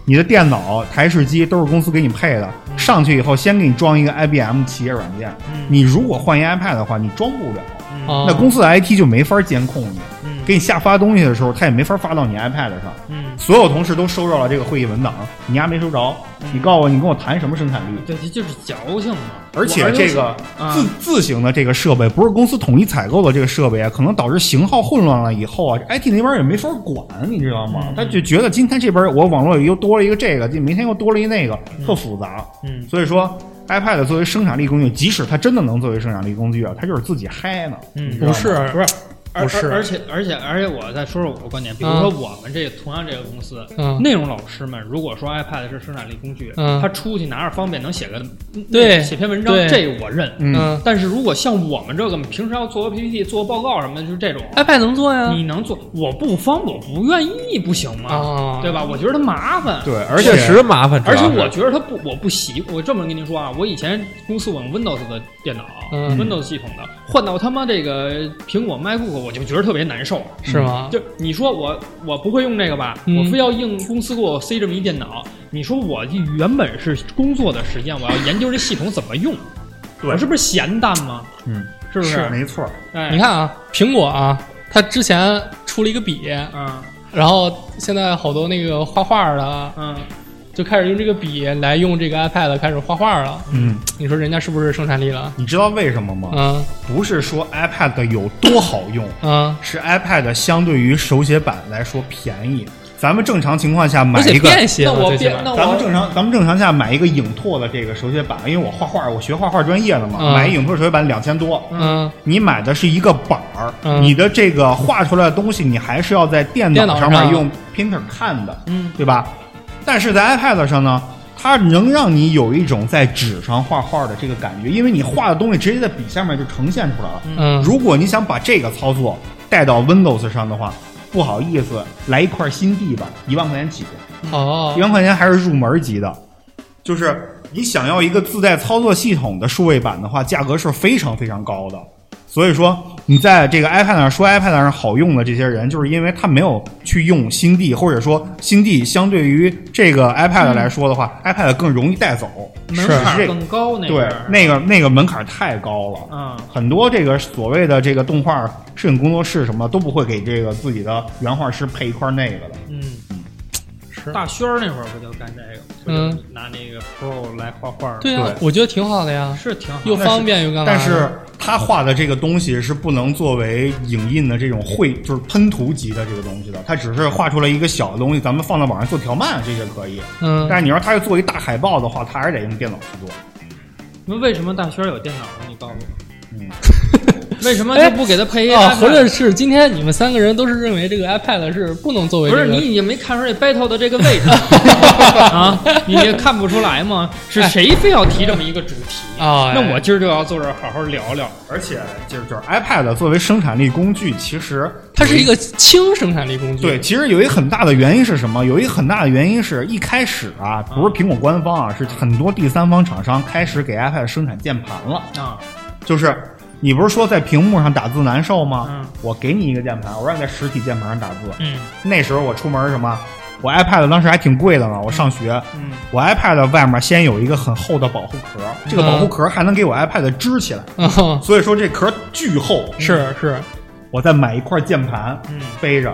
Speaker 1: 你的电脑、台式机都是公司给你配的，上去以后先给你装一个 IBM 企业软件，你如果换一 iPad 的话，你装不了，
Speaker 2: 哦，
Speaker 1: 那公司的 IT 就没法监控你。
Speaker 3: 嗯
Speaker 1: 给你下发东西的时候，他也没法发到你 iPad 上。
Speaker 3: 嗯，
Speaker 1: 所有同事都收着了这个会议文档，你丫没收着，你告诉我，你跟我谈什么生产力？
Speaker 3: 对，这就是矫情嘛。
Speaker 1: 而且这个
Speaker 3: 我还啊
Speaker 1: 自
Speaker 3: 嗯是
Speaker 1: 自行的这个设备，不是公司统一采购的这个设备啊，可能导致型号混乱了以后啊，IT 那边也没法管，你知道吗？他就觉得今天这边我网络又多了一个这个，明天又多了一那个，特复杂。
Speaker 3: 嗯
Speaker 1: 所以说 iPad 作为生产力工具，即使它真的能作为生产力工具啊，它就是自己嗨呢。
Speaker 3: 嗯，
Speaker 2: 不是，
Speaker 3: 不是。
Speaker 2: 不
Speaker 3: 而
Speaker 1: 啊
Speaker 2: 是
Speaker 3: 而而且而且而且，我再说说我的观点，比如
Speaker 2: 嗯
Speaker 3: 说我们这同样这个公司，
Speaker 2: 嗯
Speaker 3: 内容老师们如果说 iPad 是生产力工具，
Speaker 2: 嗯
Speaker 3: 他出去拿着方便能写个嗯
Speaker 2: 对
Speaker 3: 写篇文章
Speaker 2: 对，
Speaker 3: 这我认。
Speaker 2: 嗯
Speaker 3: 但是如果像我们这个平时要做个 PPT、做个报告什么的，就是这种，
Speaker 2: ，iPad 能做呀。
Speaker 3: 你能做，我不方我不愿意，不行吗？
Speaker 2: 嗯啊，
Speaker 3: 嗯对？吧？我觉得它麻烦，
Speaker 1: 对，而
Speaker 4: 确实麻烦，
Speaker 3: 而且
Speaker 4: 主要
Speaker 3: 我
Speaker 4: 是
Speaker 3: 觉得它不，我不习，我这么跟您说啊，我以前公司我用 Windows 的电脑、
Speaker 2: 嗯
Speaker 3: w i n d o w s 系统的，换到他妈这个苹果 MacBook，我就觉得特别难受。
Speaker 2: 是吗？
Speaker 3: 就你说我我不会用这个吧，
Speaker 2: 啊嗯
Speaker 3: 我非要硬公司给我塞这么一电脑，你说我原本是工作的时间，我要研究这系统怎么用，
Speaker 1: 对
Speaker 3: 我是不是闲淡吗？
Speaker 1: 嗯，
Speaker 3: 是不
Speaker 1: 是没错儿。
Speaker 3: 哎，
Speaker 2: 你看啊，苹果啊，它之前出了一个笔，
Speaker 3: 嗯，
Speaker 2: 然后现在好多那个画画的啊
Speaker 3: 嗯
Speaker 2: 就开始用这个笔来用这个 iPad 开始画画了。
Speaker 1: 嗯，
Speaker 2: 你说人家是不是生产力了？
Speaker 1: 你知道为什么吗？
Speaker 2: 嗯
Speaker 1: 不是说 iPad 有多好用，
Speaker 2: 嗯，
Speaker 1: 是 iPad 相对于手写板来说便宜。咱们正常情况下买
Speaker 2: 而且
Speaker 1: 一个，
Speaker 2: 便啊携
Speaker 3: 那
Speaker 2: 了，
Speaker 3: 我
Speaker 2: 最起
Speaker 3: 变
Speaker 2: 码，
Speaker 3: 那
Speaker 1: 咱们
Speaker 3: 我
Speaker 1: 正常咱们正常下买一个影拓的这个手写板，因为我画画，我学画画专业的嘛，
Speaker 2: 嗯
Speaker 1: 买一影拓手写板两千多。
Speaker 2: 嗯
Speaker 1: 你买的是一个板儿，
Speaker 2: 嗯
Speaker 1: 你的这个画出来的东西，你还是要在电
Speaker 2: 电脑
Speaker 1: 脑
Speaker 2: 上
Speaker 1: 上面用 Painter 看的，
Speaker 3: 嗯，
Speaker 1: 对吧？但是在 iPad 上呢，它能让你有一种在纸上画画的这个感觉，因为你画的东西直接在笔下面就呈现出来了。
Speaker 2: 嗯，
Speaker 1: 如果你想把这个操作带到 Windows 上的话，不好意思，来一块新地吧，一万块钱起，一
Speaker 2: 哦，
Speaker 1: 万块钱还是入门级的。就是你想要一个自带操作系统的数位版的话，价格是非常非常高的。所以说，你在这个 iPad 上说 iPad 上好用的这些人，就是因为他没有去用新地，或者说新地相对于这个 iPad 来说的话、i p a d 更容易带走，
Speaker 3: 嗯门
Speaker 1: 是这
Speaker 3: 槛
Speaker 1: 个
Speaker 3: 更高那
Speaker 1: 对
Speaker 3: 边儿，
Speaker 1: 那个那个门槛太高了。
Speaker 3: 嗯
Speaker 1: 啊很多这个所谓的这个动画摄影工作室什么都不会给这个自己的原画师配一块那个的。
Speaker 3: 嗯。
Speaker 2: 吃。
Speaker 3: 大轩儿那会儿不就干这个，不就
Speaker 2: 嗯
Speaker 3: 拿那个 Pro 来画画儿吗，
Speaker 2: 对啊
Speaker 5: 对，
Speaker 2: 我觉得挺好的呀，
Speaker 3: 是挺好的。
Speaker 2: 又方便又干嘛的？
Speaker 1: 但是他画的这个东西是不能作为影印的这种绘，就是喷涂级的这个东西的，他只是画出来一个小的东西，咱们放到网上做条漫这些可以。
Speaker 2: 嗯，
Speaker 1: 但是你要是他要做一大海报的话，他还是得用电脑去做。
Speaker 3: 那为什么大轩儿有电脑呢？你告诉我，
Speaker 1: 嗯，
Speaker 3: 为什么
Speaker 2: 哎
Speaker 3: 就不给他配 AI？
Speaker 2: 啊，合着是今天你们三个人都是认为这个 iPad 是不能作为
Speaker 3: 不是
Speaker 2: 这个
Speaker 3: 你已经没看出这 battle 的这个位置 啊？你也看不出来吗？是谁非要提这么一个主题？
Speaker 2: 啊？哎
Speaker 3: 那我今儿就要坐这儿好好聊聊。
Speaker 1: 而且就是就是 iPad 作为生产力工具，其实
Speaker 2: 它是一
Speaker 1: 个
Speaker 2: 个轻生产力工具，
Speaker 1: 对，，其实有一个很大的原因是什么？有一个很大的原因是一开始啊，不是苹果官方啊，是很多第三方厂商开始给 iPad 生产键盘了。
Speaker 3: 啊，
Speaker 1: 就是你不是说在屏幕上打字难受吗？
Speaker 3: 嗯
Speaker 1: 我给你一个键盘，我让你在实体键盘上打字。
Speaker 3: 嗯
Speaker 1: 那时候我出门什么，我 iPad 当时还挺贵的呢，我上学，
Speaker 3: 嗯，
Speaker 1: 我 iPad 外面先有一个很厚的保护壳，这个保
Speaker 3: 嗯
Speaker 1: 护壳还能给我 iPad 支起来，
Speaker 2: 啊，
Speaker 1: 所以说这壳巨厚。
Speaker 2: 是是，
Speaker 1: 我再买一块键盘，
Speaker 3: 嗯
Speaker 1: 背着，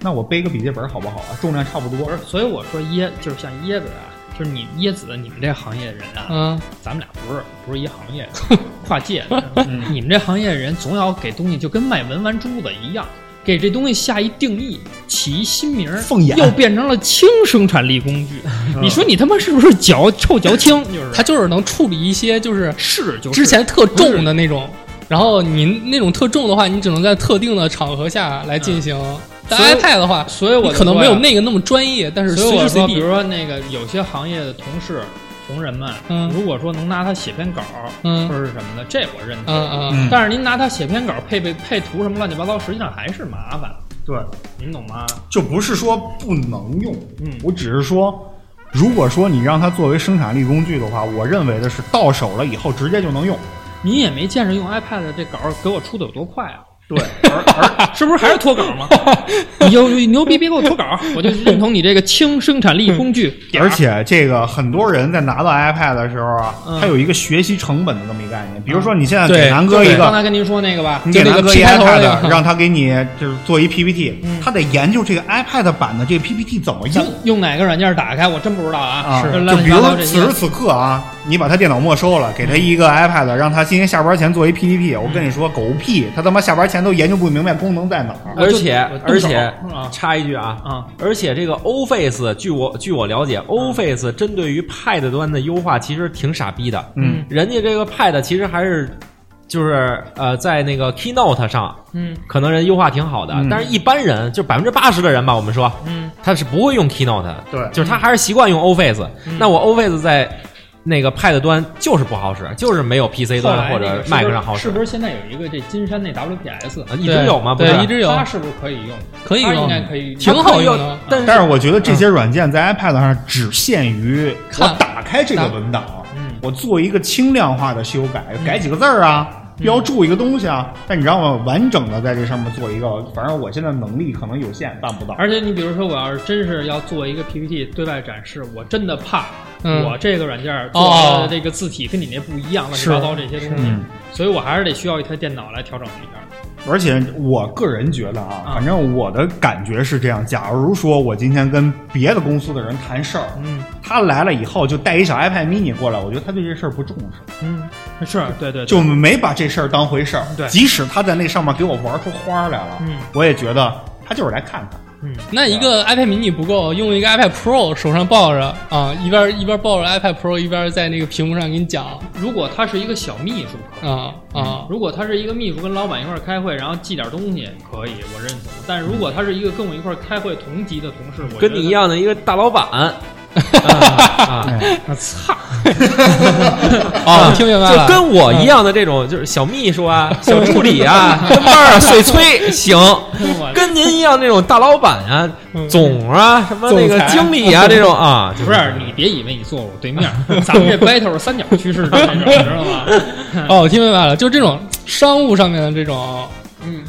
Speaker 1: 那我背个笔记本好不好啊？重量差不多
Speaker 3: 不。是，所以我说椰就是像椰子啊，就是你椰子，你们这行业人啊，
Speaker 2: 嗯，
Speaker 3: 咱们俩不是不是一行 业的，跨界的。
Speaker 2: 嗯
Speaker 3: 你们这行业人总要给东西就跟卖文玩珠子一样，给这东西下一定义，起一新名儿，
Speaker 1: 凤眼
Speaker 3: 又变成了轻生产力工具。
Speaker 2: 嗯
Speaker 3: 你说你他妈是不是矫臭矫情？就是
Speaker 2: 它就是能处理一些就是
Speaker 3: 是就是
Speaker 2: 之前特重的那种，然后你那种特重的话，你只能在特定的场合下来进行。但
Speaker 3: 嗯所以
Speaker 2: iPad 的话，
Speaker 3: 所以我
Speaker 2: 你
Speaker 3: 就
Speaker 2: 可能
Speaker 3: 说
Speaker 2: 没有
Speaker 3: 呀
Speaker 2: 那个那么专业，但是
Speaker 3: 所以
Speaker 2: 随
Speaker 3: 我
Speaker 2: 时随
Speaker 3: 说，比如
Speaker 2: 地，
Speaker 3: 说那个有些行业的同事、同仁们，
Speaker 2: 嗯
Speaker 3: 如果说能拿它写篇稿，
Speaker 2: 嗯
Speaker 3: 或者是什么的，这我认同。
Speaker 2: 嗯嗯
Speaker 1: 嗯
Speaker 3: 但是您拿它写篇稿配备配图什么乱七八糟，实际上还是麻烦，
Speaker 1: 对，
Speaker 3: 您懂吗？
Speaker 1: 就不是说不能用，
Speaker 3: 嗯
Speaker 1: 我只是说，如果说你让它作为生产力工具的话，我认为的是到手了以后直接就能用。
Speaker 3: 您也没见着用 iPad 的这稿给我出的有多快啊，
Speaker 1: 对，而而
Speaker 3: 是不是还是脱稿吗？你就你牛逼，别给我脱稿，我就认同你这个轻生产力工具。点儿
Speaker 1: 而且这个很多人在拿到 iPad 的时候啊，
Speaker 3: 嗯
Speaker 1: 它有一个学习成本的这么一个概念。比如说你现在
Speaker 2: 对
Speaker 1: 给南哥一
Speaker 3: 刚
Speaker 1: 个，
Speaker 3: 才跟您说那个吧，
Speaker 1: 你给南哥一
Speaker 2: 就那个 P 开头那
Speaker 1: iPad，
Speaker 2: 个
Speaker 1: 让他给你就是做一 PPT，他得研究这个 iPad 版的这个 PPT 怎么用
Speaker 3: 用。用哪个软件打开，我真不知道啊。
Speaker 1: 啊，
Speaker 3: 这
Speaker 1: 就
Speaker 3: 乱
Speaker 1: 比
Speaker 3: 七
Speaker 1: 如
Speaker 3: 八糟
Speaker 1: 说
Speaker 3: 这
Speaker 1: 此
Speaker 3: 些嗯
Speaker 1: 时此刻啊，你把他电脑没收了，给他一个 iPad，让他今天下班前做一 PPT。我跟你说，狗屁！他他妈下班前都研究不明白功能在哪儿。
Speaker 3: 我
Speaker 4: 而
Speaker 3: 就
Speaker 4: 且
Speaker 3: 我动
Speaker 4: 而
Speaker 3: 手
Speaker 4: 且
Speaker 3: 啊
Speaker 4: 插一句啊
Speaker 3: 啊，
Speaker 4: 而且这个 Office，据我据我了解，Office 针对于 Pad 端的优化其实挺傻逼的。
Speaker 1: 嗯，
Speaker 4: 人家这个 Pad 其实还是就是呃，在那个 Keynote 上，
Speaker 3: 嗯
Speaker 4: 可能人优化挺好的，
Speaker 1: 嗯
Speaker 4: 但是一般人就百分之八十的人吧，我们说
Speaker 3: 嗯
Speaker 4: 他是不会用 Keynote 的，
Speaker 1: 对
Speaker 4: 就是他还是习惯用 Office、
Speaker 3: 嗯
Speaker 4: 那我 Office 在那个 Pad 端就是不好使，就是没有 PC
Speaker 3: 后
Speaker 4: 端
Speaker 3: 来那
Speaker 4: 或
Speaker 3: 个是
Speaker 4: 者
Speaker 3: 不
Speaker 4: Mac
Speaker 3: 是
Speaker 4: 上好使。
Speaker 3: 是不是现在有一个这金山那 WPS？
Speaker 4: 啊一直有吗？不是
Speaker 2: 对，一直有
Speaker 3: 它，是不是可以用？
Speaker 2: 可以
Speaker 3: 它
Speaker 2: 用
Speaker 3: 应该可以用，
Speaker 2: 挺
Speaker 4: 它
Speaker 2: 好
Speaker 4: 可以
Speaker 2: 用的。
Speaker 4: 但是
Speaker 1: 但是我觉得这些软件在 iPad 上只限于我
Speaker 2: 看
Speaker 1: 打开这个文档
Speaker 3: 嗯，
Speaker 1: 我做一个轻量化的修改，改几个字儿啊。
Speaker 3: 嗯
Speaker 1: 标注一个东西啊，但你让我完整的在这上面做一个，反正我现在能力可能有限，办不到。
Speaker 3: 而且你比如说，我要是真是要做一个 PPT 对外展示，我真的怕
Speaker 2: 嗯
Speaker 3: 我这个软件做的这个字体跟你那不一样，乱七八糟这些东西
Speaker 1: 嗯，
Speaker 3: 所以我还是得需要一台电脑来调整一下。
Speaker 1: 而且我个人觉得啊
Speaker 3: 啊，
Speaker 1: 反正我的感觉是这样：假如说我今天跟别的公司的人谈事儿，
Speaker 3: 嗯
Speaker 1: 他来了以后就带一小 iPad mini 过来，我觉得他对这事儿不重视，
Speaker 3: 嗯，是对对，对
Speaker 1: 就没把这事儿当回事儿。
Speaker 3: 对
Speaker 1: 即使他在那上面给我玩出花来了，
Speaker 3: 嗯
Speaker 1: 我也觉得他就是来看看。
Speaker 3: 嗯
Speaker 2: 那一个 iPad mini 不够，用一个 iPad Pro 手上抱着啊，一边一边抱着 iPad Pro，一边在那个屏幕上给你讲
Speaker 3: 如果它是一个小秘书可以。
Speaker 2: 啊啊，
Speaker 3: 如果他是一个秘书跟老板一块儿开会，然后寄点东西，可以，我认同。但是如果他是一个跟我一块儿开会同级的同事，我
Speaker 4: 跟你一
Speaker 3: 样。
Speaker 4: 样的一个大老板，啊 啊
Speaker 3: 哎
Speaker 2: 啊，听明白了，嗯
Speaker 4: 就跟我一样的这种，就是小秘 书啊、小助理啊、跟班儿啊碎催行。
Speaker 3: 我
Speaker 4: 跟您一样那种大老板啊、
Speaker 2: 嗯
Speaker 4: 总啊、什么那个
Speaker 1: 总裁
Speaker 4: 经理啊这 种啊，就
Speaker 3: 不是你别以为你坐我对面儿，咱们这 battle 是三角趋势的那种，知道吗？
Speaker 2: 哦，我听明白了，就这种商务上面的这种嗯，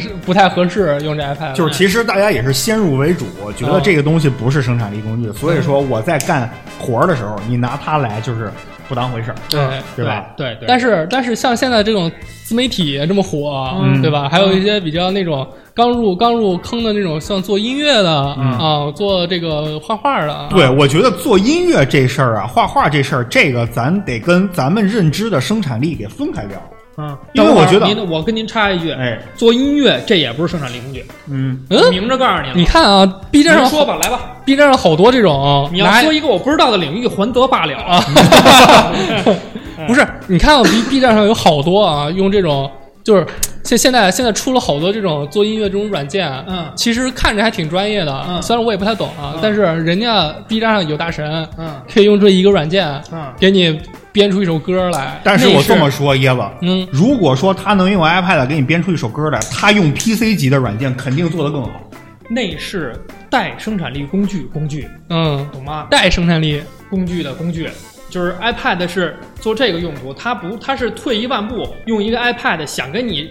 Speaker 2: 是 不太合适用这 iPad 了。
Speaker 1: 就是其实大家也是先入为主，觉
Speaker 3: 嗯
Speaker 1: 得这个东西不是生产力工具，所以说我在干活儿的时候，你拿它来就是不当回事儿，
Speaker 2: 对。
Speaker 1: 对吧？
Speaker 3: 嗯对对，
Speaker 2: 但是但是像现在这种自媒体这么火，
Speaker 3: 嗯
Speaker 2: 对吧？还有一些比较那种刚入刚入坑的那种，像做音乐的、啊，
Speaker 3: 嗯
Speaker 2: 做这个画画的，啊
Speaker 1: 对，我觉得做音乐这事儿啊，画画这事儿，这个咱得跟咱们认知的生产力给分开掉。
Speaker 3: 嗯，
Speaker 1: 因为
Speaker 3: 等会儿
Speaker 1: 我觉得
Speaker 3: 您我跟您插一句，
Speaker 1: 哎，
Speaker 3: 做音乐这也不是生产力工具，
Speaker 1: 嗯，
Speaker 2: 嗯，
Speaker 3: 明着告诉你了。
Speaker 2: 你看啊，B
Speaker 3: 接
Speaker 2: 站上
Speaker 3: 说吧，来吧，
Speaker 2: B 站上好多这种，
Speaker 3: 你要
Speaker 2: 拿
Speaker 3: 说一个我不知道的领域，还则罢 了啊。
Speaker 2: 不
Speaker 1: 哎
Speaker 2: 是？你看啊 B B 站上有好多啊，用这种就是现现在现在出了好多这种做音乐这种软件，啊
Speaker 3: 嗯
Speaker 2: 其实看着还挺专业的，
Speaker 3: 嗯
Speaker 2: 虽然我也不太懂啊，但是人家 B 站上有大神，
Speaker 3: 嗯
Speaker 2: 可以用这一个软件，
Speaker 3: 嗯
Speaker 2: 给你编出一首歌来。
Speaker 1: 但是
Speaker 2: 那
Speaker 1: 我这么说，椰子，
Speaker 2: 嗯，
Speaker 1: 如果说他能用 iPad 给你编出一首歌来，他用 PC 级的软件肯定做得更好。
Speaker 3: 那是带生产力工具工具，
Speaker 2: 嗯，
Speaker 3: 懂吗？
Speaker 2: 带生产力，
Speaker 3: 工具的工具，就是 iPad 是做这个用途，它不，它是退一万步，用一个 iPad 想跟你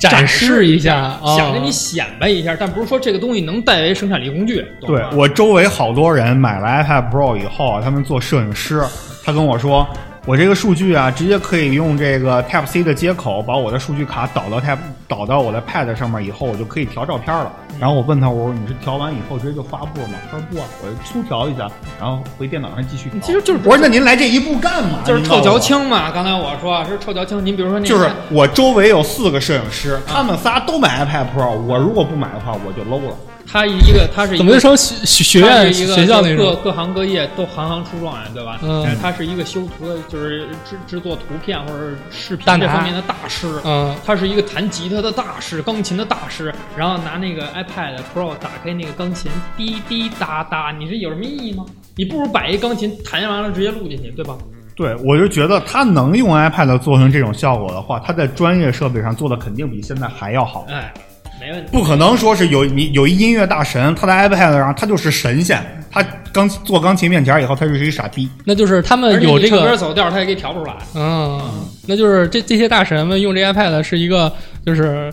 Speaker 2: 展
Speaker 3: 示
Speaker 2: 示一下，啊
Speaker 3: 想跟你显摆一下，但不是说这个东西能代为生产力工具，懂
Speaker 1: 对
Speaker 3: 吗？
Speaker 1: 我周围好多人买了 iPad Pro 以后啊，他们做摄影师，他跟我说，我这个数据啊，直接可以用这个 Type C 的接口把我的数据卡导到 Type 导到我的 Pad 上面以后，我就可以调照片了。
Speaker 3: 嗯
Speaker 1: 然后我问他，我说你是调完以后直接就发布吗？他说不啊，我就粗调一下，然后回电脑上继续调。
Speaker 3: 其实就是
Speaker 1: 我说那您来这一步干嘛？
Speaker 3: 啊就是
Speaker 1: 您告
Speaker 3: 臭
Speaker 1: 诉
Speaker 3: 矫
Speaker 1: 我。
Speaker 3: 情嗯嘛。刚才我说啊是臭矫情，您比如说那
Speaker 1: 就是我周围有四个摄影
Speaker 3: 嗯
Speaker 1: 师，他们仨都买 iPad Pro，我如果不买的话，我就 low 了。
Speaker 3: 它一个，它是一个
Speaker 2: 怎么就成学学学
Speaker 3: 它
Speaker 2: 院
Speaker 3: 是一个
Speaker 2: 学校
Speaker 3: 就
Speaker 2: 那
Speaker 3: 各
Speaker 2: 种？
Speaker 3: 各行各业都行行出状元，对吧？
Speaker 2: 嗯
Speaker 3: 它是一个修图的，就是制制作图片或者是视频
Speaker 2: 大
Speaker 3: 这
Speaker 2: 拿
Speaker 3: 方面的大师。
Speaker 2: 嗯，
Speaker 3: 他是一个弹吉他的大师，钢琴的大师，然后拿那个 iPad Pro 打开那个钢琴，滴滴答答，你这有什么意义吗？你不如把一钢琴弹完了直接录进去，对
Speaker 2: 嗯
Speaker 3: 吧？
Speaker 1: 对，我就觉得他能用 iPad 做成这种效果的话，他在专业设备上做的肯定比现在还要好。
Speaker 3: 哎，没问题。
Speaker 1: 不可能说是有你有一音乐大神，他在 iPad 上他就是神仙，他刚做钢琴面条以后，他就是一傻逼。
Speaker 2: 那就是他
Speaker 3: 而
Speaker 2: 们
Speaker 3: 且
Speaker 2: 有
Speaker 3: 你
Speaker 2: 这
Speaker 3: 唱歌
Speaker 2: 个，
Speaker 3: 走调，他也给调不出来。
Speaker 2: 嗯，那就是这这些大神们用这 iPad 是一个就是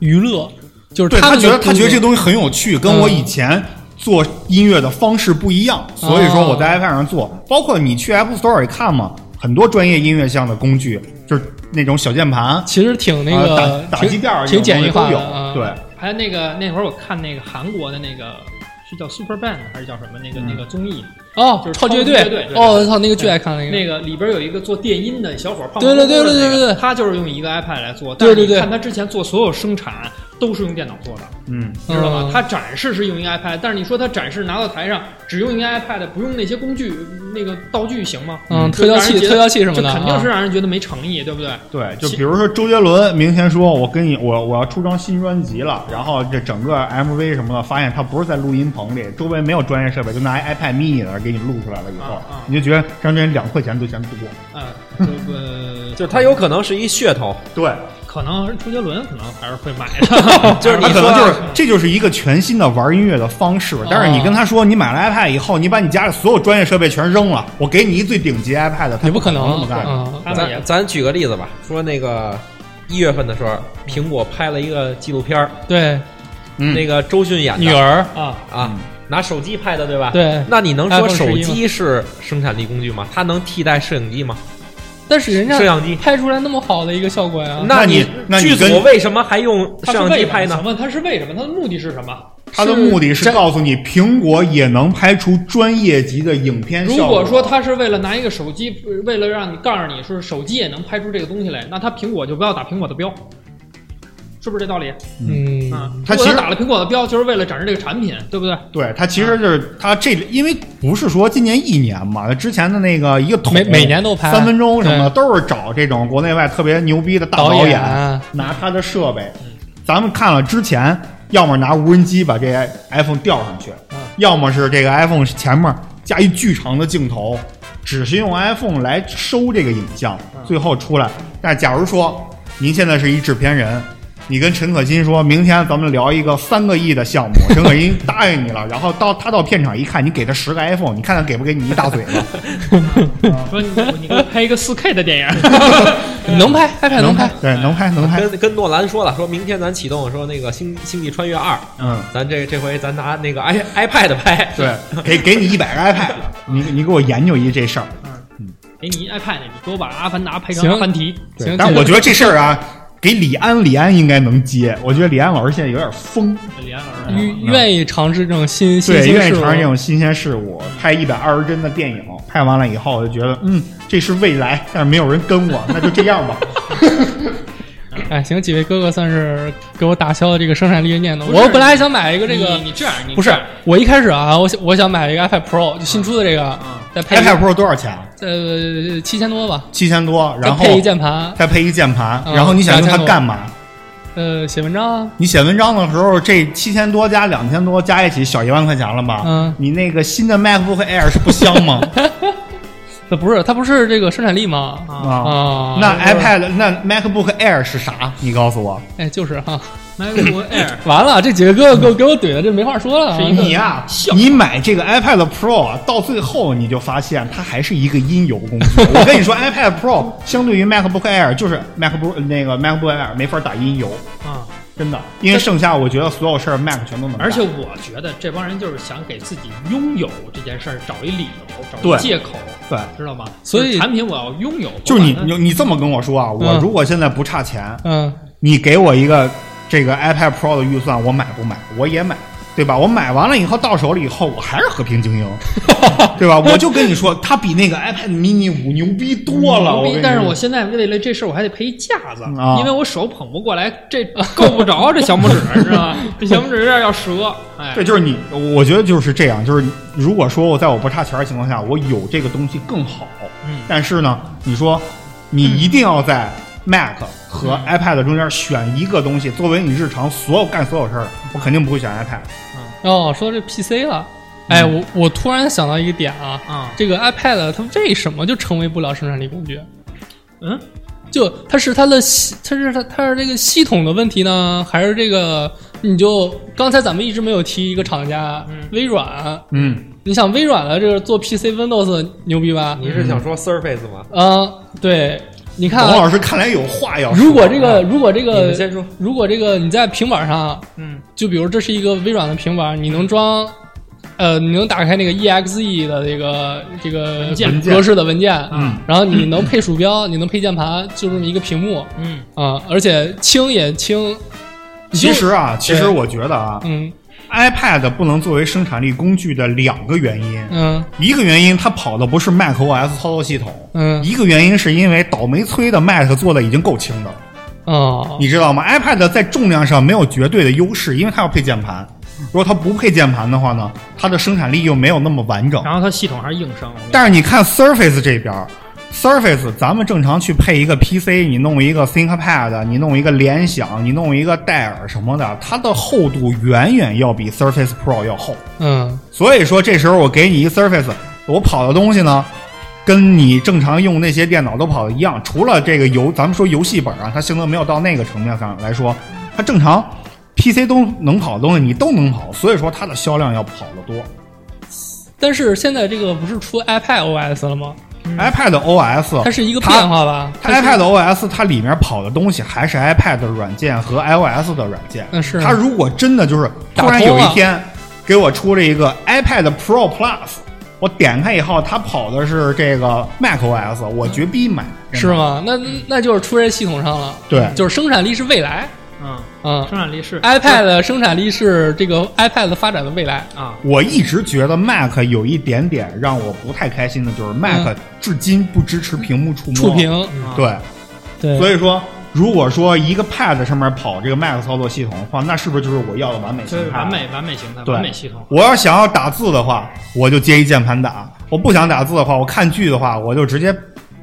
Speaker 2: 娱乐，就是
Speaker 1: 对他
Speaker 2: 们
Speaker 1: 觉得
Speaker 2: 的
Speaker 1: 他觉得这
Speaker 2: 工
Speaker 1: 东
Speaker 2: 作
Speaker 1: 西很有趣，跟我以前做音乐的方式不一样，所以说我在 iPad 上做。包括你去 Apple Store 里看嘛，很多专业音乐项的工具，就是那种小键盘、
Speaker 2: 其实挺那个、
Speaker 1: 啊、打打
Speaker 2: 挺
Speaker 1: 击垫儿这种东
Speaker 2: 挺简
Speaker 1: 西
Speaker 2: 易
Speaker 1: 都
Speaker 2: 化
Speaker 1: 有
Speaker 2: 的。啊、
Speaker 1: 对，
Speaker 3: 还有那个那会儿我看那个韩国的那个是叫 Super Band 还是叫什么那个、
Speaker 2: 嗯
Speaker 3: 那个综艺，
Speaker 2: 哦，
Speaker 3: 就是
Speaker 2: 超级乐
Speaker 3: 超级乐队对
Speaker 2: 哦，我操，那个巨爱看那个。
Speaker 3: 那个里边有一个做电音的小伙儿，胖
Speaker 2: 对对对
Speaker 3: 乎乎的
Speaker 2: 对对
Speaker 3: 那个
Speaker 2: 对对
Speaker 3: 他就是用一个 iPad 来做，但
Speaker 2: 对
Speaker 3: 是
Speaker 2: 对
Speaker 3: 你
Speaker 2: 对
Speaker 3: 看他之前做所有生产都是用电脑做的，
Speaker 1: 嗯，
Speaker 2: 嗯
Speaker 3: 知道吧？他展示是用一个 iPad，但是你说他展示拿到台上只用一个 iPad，不用那些工具那个道具行吗？
Speaker 2: 嗯
Speaker 3: 就让
Speaker 2: 特效器
Speaker 3: 人觉得
Speaker 2: 特效器什么的
Speaker 3: 这肯定
Speaker 2: 啊
Speaker 3: 是让人觉得没诚意，对不对？
Speaker 1: 对，就比如说周杰伦明天说，我跟你我我要出张新专辑了，然后这整个 MV 什么的，发现他不是在录音棚里，周围没有专业设备，就拿一 iPad mini 在那给你录出来了以后，
Speaker 3: 啊啊
Speaker 1: 你就觉得张真两块钱都嫌不过。
Speaker 3: 嗯， 这个
Speaker 4: 就是它有可能是一噱头，
Speaker 1: 对，
Speaker 3: 呃可能周杰伦可能还是会买 的，
Speaker 4: 就是你
Speaker 1: 他可
Speaker 4: 说
Speaker 1: 能就是
Speaker 4: 的
Speaker 1: 这就是一个全新的玩音乐的方式，但是你跟他说你买了 iPad 以后，你把你家里所有专业设备全扔了，我给你一最顶级 iPad，他
Speaker 2: 也不可能
Speaker 1: 这么干。
Speaker 2: 嗯
Speaker 3: 他们也
Speaker 4: 咱咱举个例子吧，说那个一月份的时候，苹果拍了一个纪录片儿，
Speaker 2: 对，
Speaker 1: 嗯
Speaker 4: 那个周迅演的
Speaker 2: 女儿，
Speaker 3: 啊，
Speaker 4: 啊，拿手机拍的，对吧？。
Speaker 2: 对，
Speaker 4: 那你能说
Speaker 2: iPhone
Speaker 4: 手
Speaker 2: 11
Speaker 4: 机是生产力工具吗？它能替代摄影机吗？
Speaker 2: 但是人
Speaker 4: 摄
Speaker 2: 家
Speaker 4: 像机？
Speaker 2: 拍出来那么好的一个效果呀，
Speaker 1: 那
Speaker 4: 你
Speaker 1: 你那你
Speaker 4: 剧
Speaker 1: 跟
Speaker 4: 组为什么还用
Speaker 3: 他
Speaker 4: 摄
Speaker 3: 是
Speaker 4: 像
Speaker 3: 为什
Speaker 4: 机
Speaker 3: 么？
Speaker 4: 拍
Speaker 3: 想
Speaker 4: 呢？
Speaker 3: 问他是为什么？他的目的是什么？
Speaker 1: 他的目的是告诉你，苹果也能拍出专业级的影片效
Speaker 3: 如
Speaker 1: 果。
Speaker 3: 果说他是为了拿一个手机，呃为了让你告诉你说手机也能拍出这个东西来，那他苹果就不要打苹果的标，是不是这道理
Speaker 2: 嗯，
Speaker 3: 啊？
Speaker 1: 他
Speaker 3: 如果
Speaker 1: 其实
Speaker 3: 打了苹果的标，就是为了展示这个产品，对不对？
Speaker 1: 对他其实就是他这，因为不是说今年一年嘛，他之前的那个一个桶
Speaker 2: 每每年都拍
Speaker 1: 三分钟什么的，都是找这种国内外特别牛逼的大
Speaker 2: 导
Speaker 1: 导
Speaker 2: 演啊
Speaker 1: 拿他的设备。咱们看了之前，要么拿无人机把这 iPhone 吊上去，要么是这个 iPhone 前面加一巨长的镜头，只是用 iPhone 来收这个影像，最后出来。但假如说您现在是一制片人，你跟陈可辛说明天咱们聊一个三个亿的项目，陈可辛 答应你了，然后到他到片场一看，你给他十个 iPhone，你看他给不给你一大嘴巴？
Speaker 3: 说你你给我拍一个四 K 的电影，
Speaker 2: 能拍，iPad 能拍，
Speaker 1: 对，能拍能拍，
Speaker 4: 跟跟诺兰说了，说明天咱启动说那个星《星际穿越二》，
Speaker 1: 嗯，
Speaker 4: 咱这这回咱拿那个 i iPad 拍，
Speaker 1: 对，给给你一百个 iPad，你你给我研究一这事儿。
Speaker 3: 给你一 iPad，你给我把《阿凡达》拍成
Speaker 2: 行
Speaker 3: 《阿凡提》。
Speaker 2: 行，
Speaker 1: 但
Speaker 2: 这
Speaker 1: 我
Speaker 2: 个
Speaker 1: 觉得这事儿啊，给李安，李安应该能接。我觉得李安老师现在有点疯，
Speaker 3: 李安老师，
Speaker 2: 愿愿意尝试这种新新
Speaker 1: 对，
Speaker 2: 新
Speaker 1: 愿意
Speaker 2: 事物
Speaker 1: 尝试这种新鲜事物。拍一百二十帧的电影，拍完了以后我就觉得，嗯，这是未来，但是没有人跟我，那就这样 吧。
Speaker 2: 哎，行，几位哥哥算是给我打消了这个生产力的念头。我本来还想买一个这个
Speaker 3: 你，你这样，你
Speaker 2: 不
Speaker 3: 这
Speaker 2: 是
Speaker 3: 样
Speaker 2: 我一开始啊，我想我想买一个 iPad Pro，就新出的这个，再配一
Speaker 1: iPad Pro 多少钱？啊
Speaker 2: 呃七千多吧，
Speaker 1: 七千多，
Speaker 2: 再
Speaker 1: 然后
Speaker 2: 配一键盘，
Speaker 1: 再配一键盘，
Speaker 2: 嗯
Speaker 1: 然后你想用它
Speaker 2: 2000多
Speaker 1: 干嘛？
Speaker 2: 呃，写文章啊，
Speaker 1: 你写文章的时候，这七千多加两千多加一起，小一万块钱了吧？
Speaker 2: 嗯
Speaker 1: 你那个新的 MacBook Air 是不香吗？
Speaker 2: 这呃不是它不是这个生产力吗？ 啊，
Speaker 1: 哦那
Speaker 2: 就是
Speaker 1: iPad 那 MacBook Air 是啥？你告诉我。
Speaker 2: 哎就是哈，
Speaker 3: MacBook Air
Speaker 2: 完了，这几个哥哥
Speaker 1: 嗯
Speaker 2: 给我给我怼的，这没话说了啊。
Speaker 1: 你呀、你买这个 iPad Pro 啊，到最后你就发现它还是一个音游工具。我跟你说，iPad Pro 相对于 MacBook Air 就是 MacBook 那个 MacBook Air 没法打音游，
Speaker 3: 啊，
Speaker 1: 真的。因为剩下我觉得所有事儿 Mac 全都能干。
Speaker 3: 而且我觉得这帮人就是想给自己拥有这件事儿找一理由，找
Speaker 1: 对
Speaker 3: 一借口，
Speaker 1: 对，
Speaker 3: 知道吗？
Speaker 2: 所以
Speaker 3: 就是产品我要拥有，
Speaker 1: 就是你
Speaker 3: 不管
Speaker 1: 你你这么跟我说啊，我
Speaker 2: 嗯
Speaker 1: 如果现在不差钱，
Speaker 2: 嗯，
Speaker 1: 你给我一个这个 iPad Pro 的预算，我买不买？我也买，对吧？我买完了以后到手了以后，我还是和平精 英，对吧？我就跟你说，它比那个 iPad mini 五牛逼多
Speaker 3: 它
Speaker 1: 了。
Speaker 3: 牛
Speaker 1: 我跟
Speaker 3: 逼
Speaker 1: 你说
Speaker 3: 但是我现在为了这事儿，我还得配一架子
Speaker 1: 嗯，啊
Speaker 3: 因为我手捧不过来，这够不着这小拇指， 你知道吗？这小拇指有点要折，哎，
Speaker 1: 对，就是你，我觉得就是这样，就是如果说我在我不差钱的情况下，我有这个东西更好。
Speaker 3: 嗯
Speaker 1: 但是呢，你说你一定要在 Mac 和
Speaker 2: 嗯
Speaker 1: iPad 中间选一个东西作为你日常所有干所有事儿，我肯定不会选 iPad。
Speaker 2: 哦，说这 PC 了，哎，
Speaker 1: 嗯
Speaker 2: 我我突然想到一个点啊，
Speaker 3: 啊，
Speaker 2: 这个 iPad 它为什么就成为不了生产力工具？
Speaker 3: 嗯，
Speaker 2: 就它是它的系，它是它它是这个系统的问题呢，还是这个？你就刚才咱们一直没有提一个厂家，
Speaker 3: 嗯
Speaker 2: 微软。
Speaker 1: 嗯，
Speaker 2: 你想微软的这个做 PC Windows 牛逼吧？
Speaker 4: 你是想说 Surface 吗？
Speaker 2: 啊、对，你看
Speaker 1: 董
Speaker 2: 啊，
Speaker 1: 老师看来有话要说。
Speaker 2: 如果这个如果这
Speaker 4: 你
Speaker 2: 个
Speaker 4: 们先说，
Speaker 2: 如果这个你在平板上，
Speaker 3: 嗯，
Speaker 2: 就比如这是一个微软的平板，你能装，呃，你能打开那个 exe 的这个这个
Speaker 3: 件
Speaker 2: 格式的文件，
Speaker 1: 嗯，
Speaker 2: 然后你能配 鼠标，你能配键盘，就这么一个屏幕
Speaker 3: 嗯，
Speaker 2: 啊、而且轻也轻，你就
Speaker 1: 其实啊，其实我觉得啊
Speaker 2: 嗯
Speaker 1: ，iPad 不能作为生产力工具的两个原因，
Speaker 2: 嗯
Speaker 1: 一个原因它跑的不是 macOS 操作系统，
Speaker 2: 嗯
Speaker 1: 一个原因是因为倒霉催的 Mac 做的已经够轻的了。
Speaker 2: 哦，
Speaker 1: 你知道吗？iPad 在重量上没有绝对的优势，因为它要配键盘。如果它不配键盘的话呢，它的生产力又没有那么完整。
Speaker 3: 然后它系统还是硬伤，我跟你
Speaker 1: 但是你看 Surface 这边儿，Surface 咱们正常去配一个 PC，你弄一个 ThinkPad，你弄一个联想，你弄一个戴尔什么的，它的厚度远远要比 Surface Pro 要厚。
Speaker 2: 嗯
Speaker 1: 所以说这时候我给你一 Surface，我跑的东西呢，跟你正常用那些电脑都跑的一样，除了这个游，咱们说游戏本啊，它性能没有到那个层面上来说，它正常 PC 都能跑的东西你都能跑，所以说它的销量要跑得多。
Speaker 2: 但是现在这个不是出 iPad OS 了吗？
Speaker 1: iPad OS
Speaker 2: 它是一个变化
Speaker 1: 哦
Speaker 2: 吧？
Speaker 1: 它 iPad OS 它里面跑的东西还是 iPad 的软件和 iOS 的软件。
Speaker 2: 嗯是
Speaker 1: 它如果真的就是
Speaker 2: 打
Speaker 1: 突然
Speaker 2: 通
Speaker 1: 有一
Speaker 2: 了
Speaker 1: 天给我出了一个 iPad Pro Plus，我点开以后它跑的是这个 macOS，我绝逼买。
Speaker 2: 是吗？那那就是出在系统上了，
Speaker 1: 对
Speaker 2: 就是生产力是未来，
Speaker 3: 说嗯，
Speaker 2: 嗯
Speaker 3: 生产力是
Speaker 2: ，iPad 的生产力是这个 iPad 的发展的未来，
Speaker 3: 啊，
Speaker 1: 我一直觉得 Mac 有一点点让我不太开心的，就是 Mac
Speaker 2: 嗯
Speaker 1: 至今不支持屏幕触摸。
Speaker 2: 触。屏，
Speaker 3: 啊
Speaker 1: 对，
Speaker 2: 对
Speaker 1: 所以说。如果说一个 Pad 上面跑这个 Mac 操作系统的话，那是不是就是我要的完美
Speaker 3: 就
Speaker 1: 形
Speaker 3: 是
Speaker 1: 态了？
Speaker 3: 完美完美形态，
Speaker 1: 啊对
Speaker 3: 完美系统，
Speaker 1: 我要想要打字的话，我就接一键盘打；我不想打字的话，我看剧的话，我就直接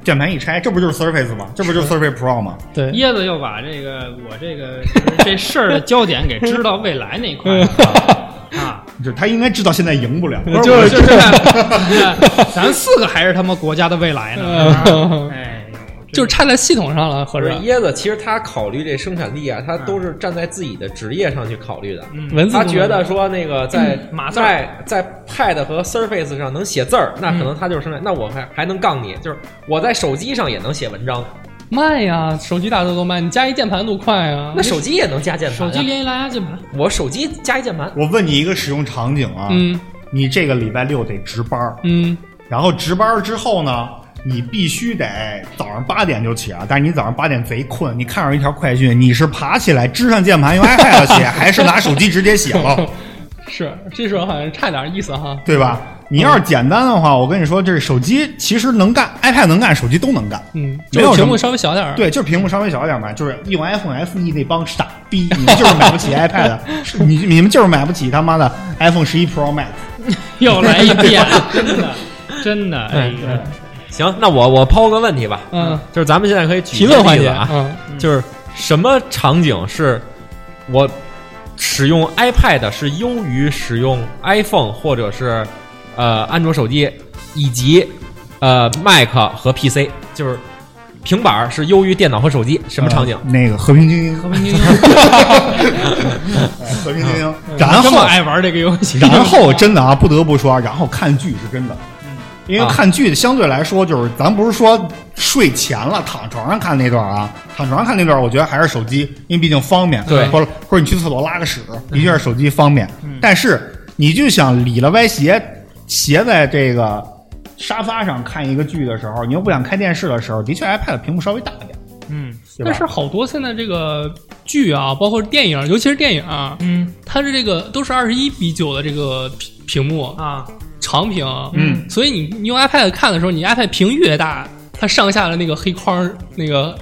Speaker 1: 键盘一拆，这不就是 Surface 吗？这不就是 Surface Pro 吗？
Speaker 2: 对，
Speaker 3: 椰子又把这个我这个就是这事儿的焦点给知道未来那一块儿 了啊。
Speaker 1: 就他应该知道现在赢不 了，
Speaker 3: 就是就是，咱四个还是他妈国家的未来呢。
Speaker 2: 嗯
Speaker 3: 哎呦，
Speaker 2: 就是差在系统上了，合
Speaker 4: 不是
Speaker 2: 着
Speaker 4: 椰子，其实他考虑这生产力啊，他都是站在自己的职业上去考虑的。
Speaker 3: 嗯
Speaker 2: 文字
Speaker 4: 他
Speaker 2: 不
Speaker 4: 觉
Speaker 2: 能
Speaker 4: 得说那个在
Speaker 3: 码字儿
Speaker 4: 在在 Pad 和 Surface 上能写字儿，那可能他就是生产。那我还还能杠你，就是我在手机上也能写文章，
Speaker 2: 慢呀，手机打字都慢，你加一键盘多快啊！
Speaker 4: 那手机也能加键盘
Speaker 3: 手
Speaker 4: 啊。
Speaker 3: 机连一蓝牙键盘，
Speaker 4: 我手机加一键盘，
Speaker 1: 我问你一个使用场景啊，
Speaker 2: 嗯
Speaker 1: 你这个礼拜六得值班儿，
Speaker 2: 嗯，
Speaker 1: 然后值班儿之后呢，你必须得早上八点就起啊，但是你早上八点贼困，你看上一条快讯，你是爬起来支上键盘用 iPad 写，还是拿手机直接写了，
Speaker 2: 是这时候好像差点意思哈。
Speaker 1: 对吧？
Speaker 3: 嗯
Speaker 1: 你要是简单的话，我跟你说，这手机其实能干，iPad 能干，手机都能干。
Speaker 2: 嗯，
Speaker 1: 没有
Speaker 2: 就是
Speaker 1: 什
Speaker 2: 屏
Speaker 1: 么
Speaker 2: 幕稍微小点儿。
Speaker 1: 对，就是屏幕稍微小一点嘛，就是用 iPhone SE 那帮傻 逼，你们就是买不起 iPad，是你你们就是买不起他妈的 iPhone 十一 Pro Max。
Speaker 3: 又来一遍，真的，真的，哎呀，
Speaker 4: 行，那我我抛个问题吧，
Speaker 2: 嗯，
Speaker 4: 就是咱们现在可以举
Speaker 2: 提
Speaker 4: 一个
Speaker 2: 问环
Speaker 4: 例
Speaker 2: 节
Speaker 4: 子啊，
Speaker 2: 嗯
Speaker 4: 就是什么场景是我使用 iPad 是优于使用 iPhone 或者是呃安卓手机以及呃 Mac 和 PC，就是平板儿是优于电脑和手机，什么场景？
Speaker 1: 呃那个和平精英，
Speaker 3: 和 平精英
Speaker 1: 哎和平精 英。然
Speaker 3: 我这么
Speaker 1: 后，
Speaker 3: 爱玩这个游戏，
Speaker 1: 然后真的啊，不得不说，然后看剧是真的，因为
Speaker 4: 啊
Speaker 1: 看剧相对来说就是，咱不是说睡前了躺床上看那段啊，躺床上看那段，我觉得还是手机，因为毕竟方便。
Speaker 4: 对
Speaker 1: 或者或者你去厕所拉个屎，的确是手机方便。但是你就想里了歪斜斜在这个沙发上看一个剧的时候，你又不想开电视的时候，的确 iPad 屏幕稍微大一点，
Speaker 3: 嗯
Speaker 1: 对吧
Speaker 2: 但是好多现在这个剧啊，包括电影，尤其是电影啊，
Speaker 3: 嗯
Speaker 2: 它是这个都是二十一比九的这个屏屏幕
Speaker 3: 啊，
Speaker 2: 长屏，
Speaker 1: 嗯，
Speaker 2: 所以你你用 iPad 看的时候，你 iPad 屏越大，它上下的那个黑框那个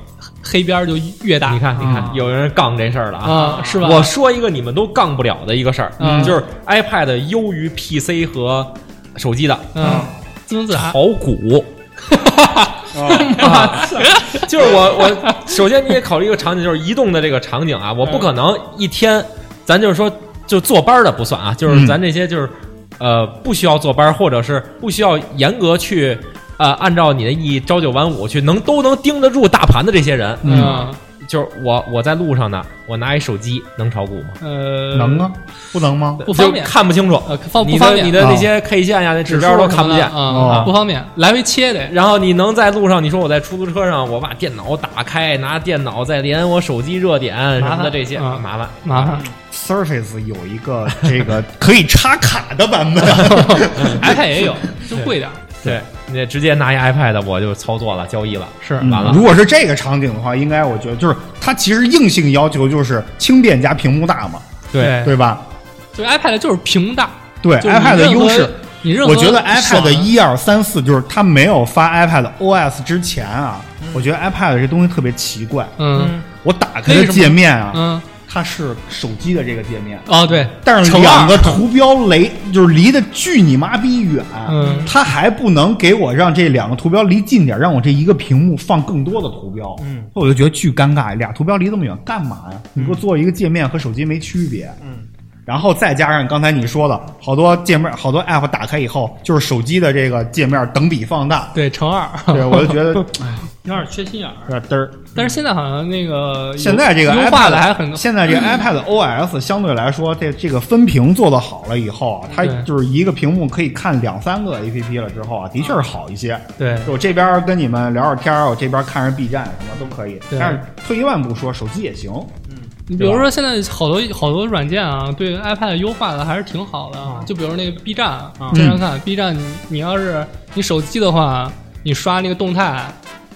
Speaker 2: 黑边儿就越大。
Speaker 4: 你看，你看
Speaker 3: 啊，
Speaker 4: 有人杠这事儿了啊！
Speaker 2: 啊，嗯是吧？
Speaker 4: 我说一个你们都杠不了的一个事儿，
Speaker 2: 嗯
Speaker 4: 就是 iPad 优于 PC 和手机的
Speaker 2: 嗯，自问自答，
Speaker 4: 炒股。
Speaker 3: 啊
Speaker 4: 就是我我首先你也考虑一个场景，就是移动的这个场景啊，我不可能一天，咱就是说就坐班儿的不算啊，就是咱这些就是呃不需要坐班儿，或者是不需要严格去呃按照你的意义朝九晚五去能都能盯得住大盘的这些人，
Speaker 2: 嗯
Speaker 4: 就是我我在路上呢，我拿一手机能炒股吗？
Speaker 2: 呃，
Speaker 1: 能啊，不能吗？
Speaker 2: 不方
Speaker 4: 就
Speaker 2: 便
Speaker 4: 看不清楚，
Speaker 2: 呃，方不
Speaker 4: 你
Speaker 2: 方
Speaker 4: 的
Speaker 2: 便？
Speaker 4: 你的那些 K 线呀、那指标都看不见。
Speaker 1: 哦
Speaker 2: 啊，不方便，来回切得。
Speaker 4: 然后你能在路上，你说我在出租车上，我把电脑打开，拿电脑再连我手机热点什么的这些
Speaker 2: 麻烦嗯
Speaker 4: 麻烦。
Speaker 2: 麻烦
Speaker 1: Surface 有一个 这个可以插卡的版 本，
Speaker 2: ，iPad 也有，就贵点儿。
Speaker 4: 嗯对，你得直接拿一 iPad，我就操作了，交易了，
Speaker 2: 是
Speaker 4: 完了
Speaker 1: 嗯。如果是这个场景的话，应该我觉得就是它其实硬性要求就是轻便加屏幕大嘛，
Speaker 4: 对，
Speaker 1: 对吧？
Speaker 2: 就是 iPad 就是屏大，
Speaker 1: 对
Speaker 2: 就是你
Speaker 1: iPad 的
Speaker 2: 任何
Speaker 1: 优势，，
Speaker 2: 你任何
Speaker 1: 我觉得
Speaker 2: 爽啊
Speaker 1: iPad 一二三四就是它没有发 iPad OS 之前啊，我觉得 iPad 这东西特别奇怪。
Speaker 2: 嗯
Speaker 1: 我打开
Speaker 2: 为
Speaker 1: 的
Speaker 2: 什么
Speaker 1: 界面啊，
Speaker 2: 嗯
Speaker 1: 它是手机的这个界面，
Speaker 2: 哦对，
Speaker 1: 但是
Speaker 2: 乘
Speaker 1: 两
Speaker 2: 二
Speaker 1: 个图标离就是离得巨你妈逼远，
Speaker 2: 嗯
Speaker 1: 它还不能给我让这两个图标离近点，让我这一个屏幕放更多的图标，嗯，我就觉得巨尴尬，俩图标离这么远干嘛呀？你给我做一个界面和手机没区别，嗯。然后再加上刚才你说的，好多界面、好多 app 打开以后，就是手机的这个界面等比放大，
Speaker 2: 对乘二。
Speaker 1: 对我就觉得
Speaker 3: 有点缺心眼儿，
Speaker 1: 有点嘚儿。
Speaker 2: 但是现在好像那个有
Speaker 1: 现在这个
Speaker 2: 优
Speaker 1: iPad
Speaker 2: 化的还很嗯
Speaker 1: 现在这个 iPad OS 相对来说，这这个分屏做得好了以后啊，它
Speaker 2: 对
Speaker 1: 就是一个屏幕可以看两三个 APP 了之后啊，的确是好一些。
Speaker 2: 对
Speaker 1: 就我这边跟你们聊聊天儿，我这边看着 B 站什么都可以。
Speaker 2: 对
Speaker 1: 但是退一万步说，手机也行。
Speaker 2: 你比如说，现在好多好多软件啊，对 iPad 优化的还是挺好的
Speaker 3: 嗯
Speaker 2: 啊。就比如那个 B 站啊，
Speaker 1: 嗯
Speaker 2: 经常看 B 站你，你要是你手机的话，你刷那个动态，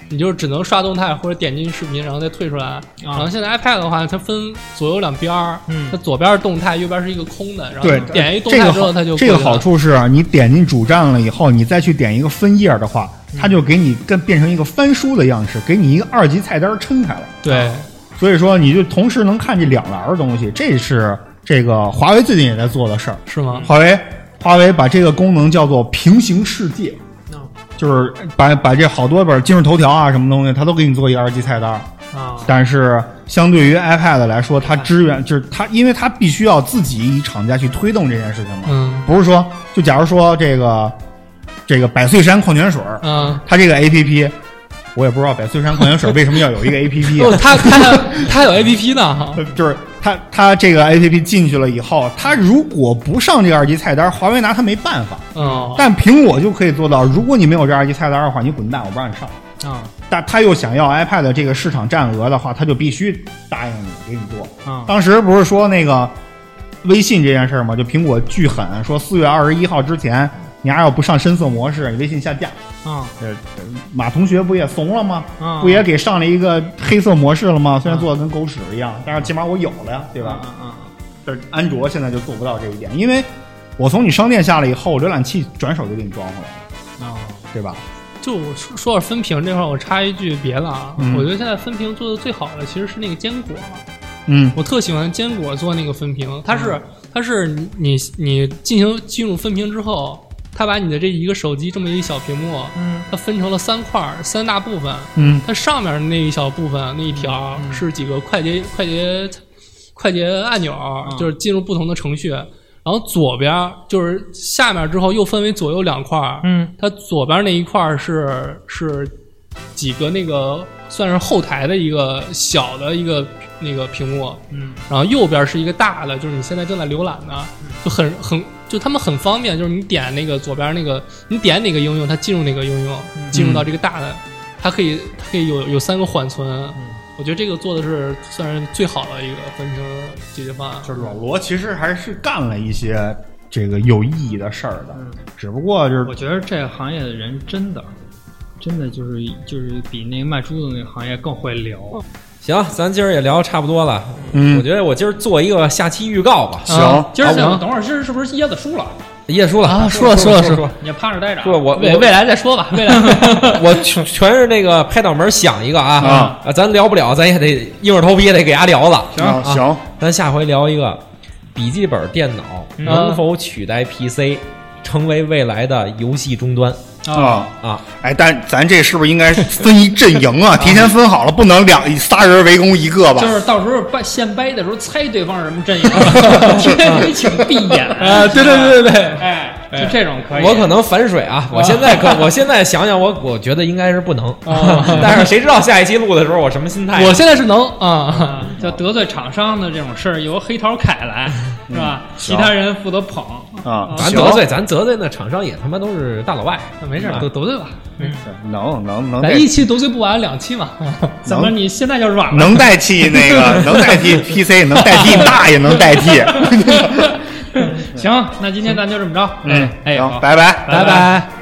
Speaker 2: 你就只能刷动态或者点进视频，然后再退出来。然后现在 iPad 的话，它分左右两边儿，
Speaker 3: 嗯
Speaker 2: 它左边是动态，右边是一个空的，然后
Speaker 1: 对
Speaker 2: 你，点一动
Speaker 1: 这
Speaker 2: 态
Speaker 1: 个
Speaker 2: 之后，
Speaker 1: 好
Speaker 2: 它就
Speaker 1: 这个
Speaker 2: 过去了
Speaker 1: 好。处是啊，你点进主站了以后，你再去点一个分页的话，
Speaker 2: 嗯
Speaker 1: 它就给你更变成一个翻书的样式，给你一个二级菜单撑开了。
Speaker 2: 对，
Speaker 1: 所以说，你就同时能看见两栏儿东西，这是这个华为最近也在做的事儿。
Speaker 2: 是吗？
Speaker 1: 华为，华为把这个功能叫做平行世界，
Speaker 2: 嗯
Speaker 1: 就是把把这好多本今日头条啊什么东西，它都给你做一二级菜单儿。
Speaker 3: 啊，
Speaker 1: 但是相对于 iPad 来说，它支
Speaker 2: 嗯
Speaker 1: 援就是它，因为它必须要自己以厂家去推动这件事情嘛，
Speaker 2: 嗯
Speaker 1: 不是说就假如说这个这个百岁山矿泉水儿，
Speaker 2: 嗯
Speaker 1: 它这个 APP。我也不知道百岁山矿泉水为什么要有 一个 A P P，
Speaker 2: 哦，他他还他还有 A P P 呢哈，
Speaker 1: 呃就是他他这个 A P P 进去了以后，他如果不上这二级菜单，华为拿他没办法。
Speaker 2: 嗯
Speaker 1: 但苹果就可以做到，如果你没有这二级菜单的话，你滚蛋，我不让你上。
Speaker 3: 嗯
Speaker 2: 啊
Speaker 1: 但他又想要 iPad 的这个市场占额的话，他就必须答应你给你做。
Speaker 2: 啊
Speaker 1: 当时不是说那个微信这件事儿吗？就苹果巨狠，说四月二十一号之前，你还要不上深色模式，你微信下架。
Speaker 2: 啊
Speaker 1: 呃，马同学不也怂了吗？
Speaker 2: 啊，
Speaker 1: 不也给上了一个黑色模式了吗？虽然做的跟狗屎一样，但是起码我有了呀，对吧？
Speaker 2: 啊啊
Speaker 1: 但是安卓现在就做不到这一点，因为我从你商店下来以后，浏览器转手就给你装回来了，
Speaker 3: 哦
Speaker 2: 啊。
Speaker 1: 对吧？
Speaker 2: 就我说说到分屏这块儿，我插一句别的啊，
Speaker 1: 嗯
Speaker 2: 我觉得现在分屏做的最好的其实是那个坚果，
Speaker 1: 嗯
Speaker 2: 我特喜欢坚果做那个分屏，它是、它是你你你进行进入分屏之后，它把你的这一个手机这么一小屏幕，
Speaker 3: 嗯
Speaker 2: 它分成了三块儿三大部分，
Speaker 1: 嗯
Speaker 2: 它上面那一小部分那一条是几个快捷快捷快捷按钮，就是进入不同的程序。然后左边儿就是下面之后又分为左右两块儿，
Speaker 3: 嗯
Speaker 2: 它左边那一块儿是是几个那个算是后台的一个小的一个那个屏幕，
Speaker 3: 嗯，
Speaker 2: 然后右边是一个大的，就是你现在正在浏览的，就很很就他们很方便，就是你点那个左边那个，你点哪个应用，它进入哪个应用，进入到这个大的，它可以它可以有有三个缓存，我觉得这个做的是算是最好的一个分屏解决方案。
Speaker 1: 就是老罗其实还是干了一些这个有意义的事儿的，只不过就是
Speaker 3: 嗯我觉得这个行业的人真的，真的就是就是比那个卖珠子那个行业更会聊。
Speaker 4: 行，咱今儿也聊得差不多了。我
Speaker 1: 嗯，
Speaker 4: 觉得我今儿做一个下期预告吧。
Speaker 2: 行
Speaker 1: 行
Speaker 3: 今儿
Speaker 2: 啊
Speaker 3: 等
Speaker 2: 我
Speaker 3: 等会儿是是不是椰子输了？
Speaker 4: 叶叔了
Speaker 2: 啊输了输了输
Speaker 4: 说
Speaker 2: 了
Speaker 3: 你就趴着待着啊。
Speaker 4: 说我
Speaker 2: 未
Speaker 4: 我
Speaker 2: 未来再说吧，未 来
Speaker 4: 我全全是那个拍脑门想一个啊
Speaker 1: 啊
Speaker 4: 啊，咱聊不了，咱也得硬着头皮也得给他聊了。
Speaker 1: 行啊行，
Speaker 4: 咱下回聊一个笔记本电脑能否取代 PC，成为未来的游戏终端
Speaker 1: 啊。
Speaker 4: 啊？
Speaker 1: 哎，但咱这是不是应该分一 阵营啊？提前分好了，不能两仨人围攻一个吧
Speaker 3: 就？是到时候掰现掰的时候猜对方是什么阵营，天你请闭眼
Speaker 2: 啊对对对对对
Speaker 3: 哎，就这种可以。
Speaker 4: 我可能反水啊！我现在可我 现在想想，我我觉得应该是不能， 但是谁知道下一期录的时候我什么心态？
Speaker 2: 我现在是能啊，
Speaker 3: 啊，就得罪厂商的这种事儿由黑桃凯 来是吧？
Speaker 1: 嗯
Speaker 3: 其他人负责捧。
Speaker 1: 啊，
Speaker 4: 咱
Speaker 1: 行
Speaker 4: 得罪咱得罪那厂商也他妈都是大老外，
Speaker 2: 那没事
Speaker 1: 嗯
Speaker 2: 儿，得得罪吧，
Speaker 1: 能能能
Speaker 2: 咱
Speaker 1: 代
Speaker 2: 一期得罪不完，两期嘛。
Speaker 3: 怎么你现在就软了？
Speaker 1: 能代替那个能代替 PC，能代替大也能代替。
Speaker 3: 行，那今天咱就这么着。
Speaker 1: 嗯
Speaker 3: 哎，哎，
Speaker 1: 行
Speaker 3: 好
Speaker 1: 拜拜。
Speaker 2: 拜拜。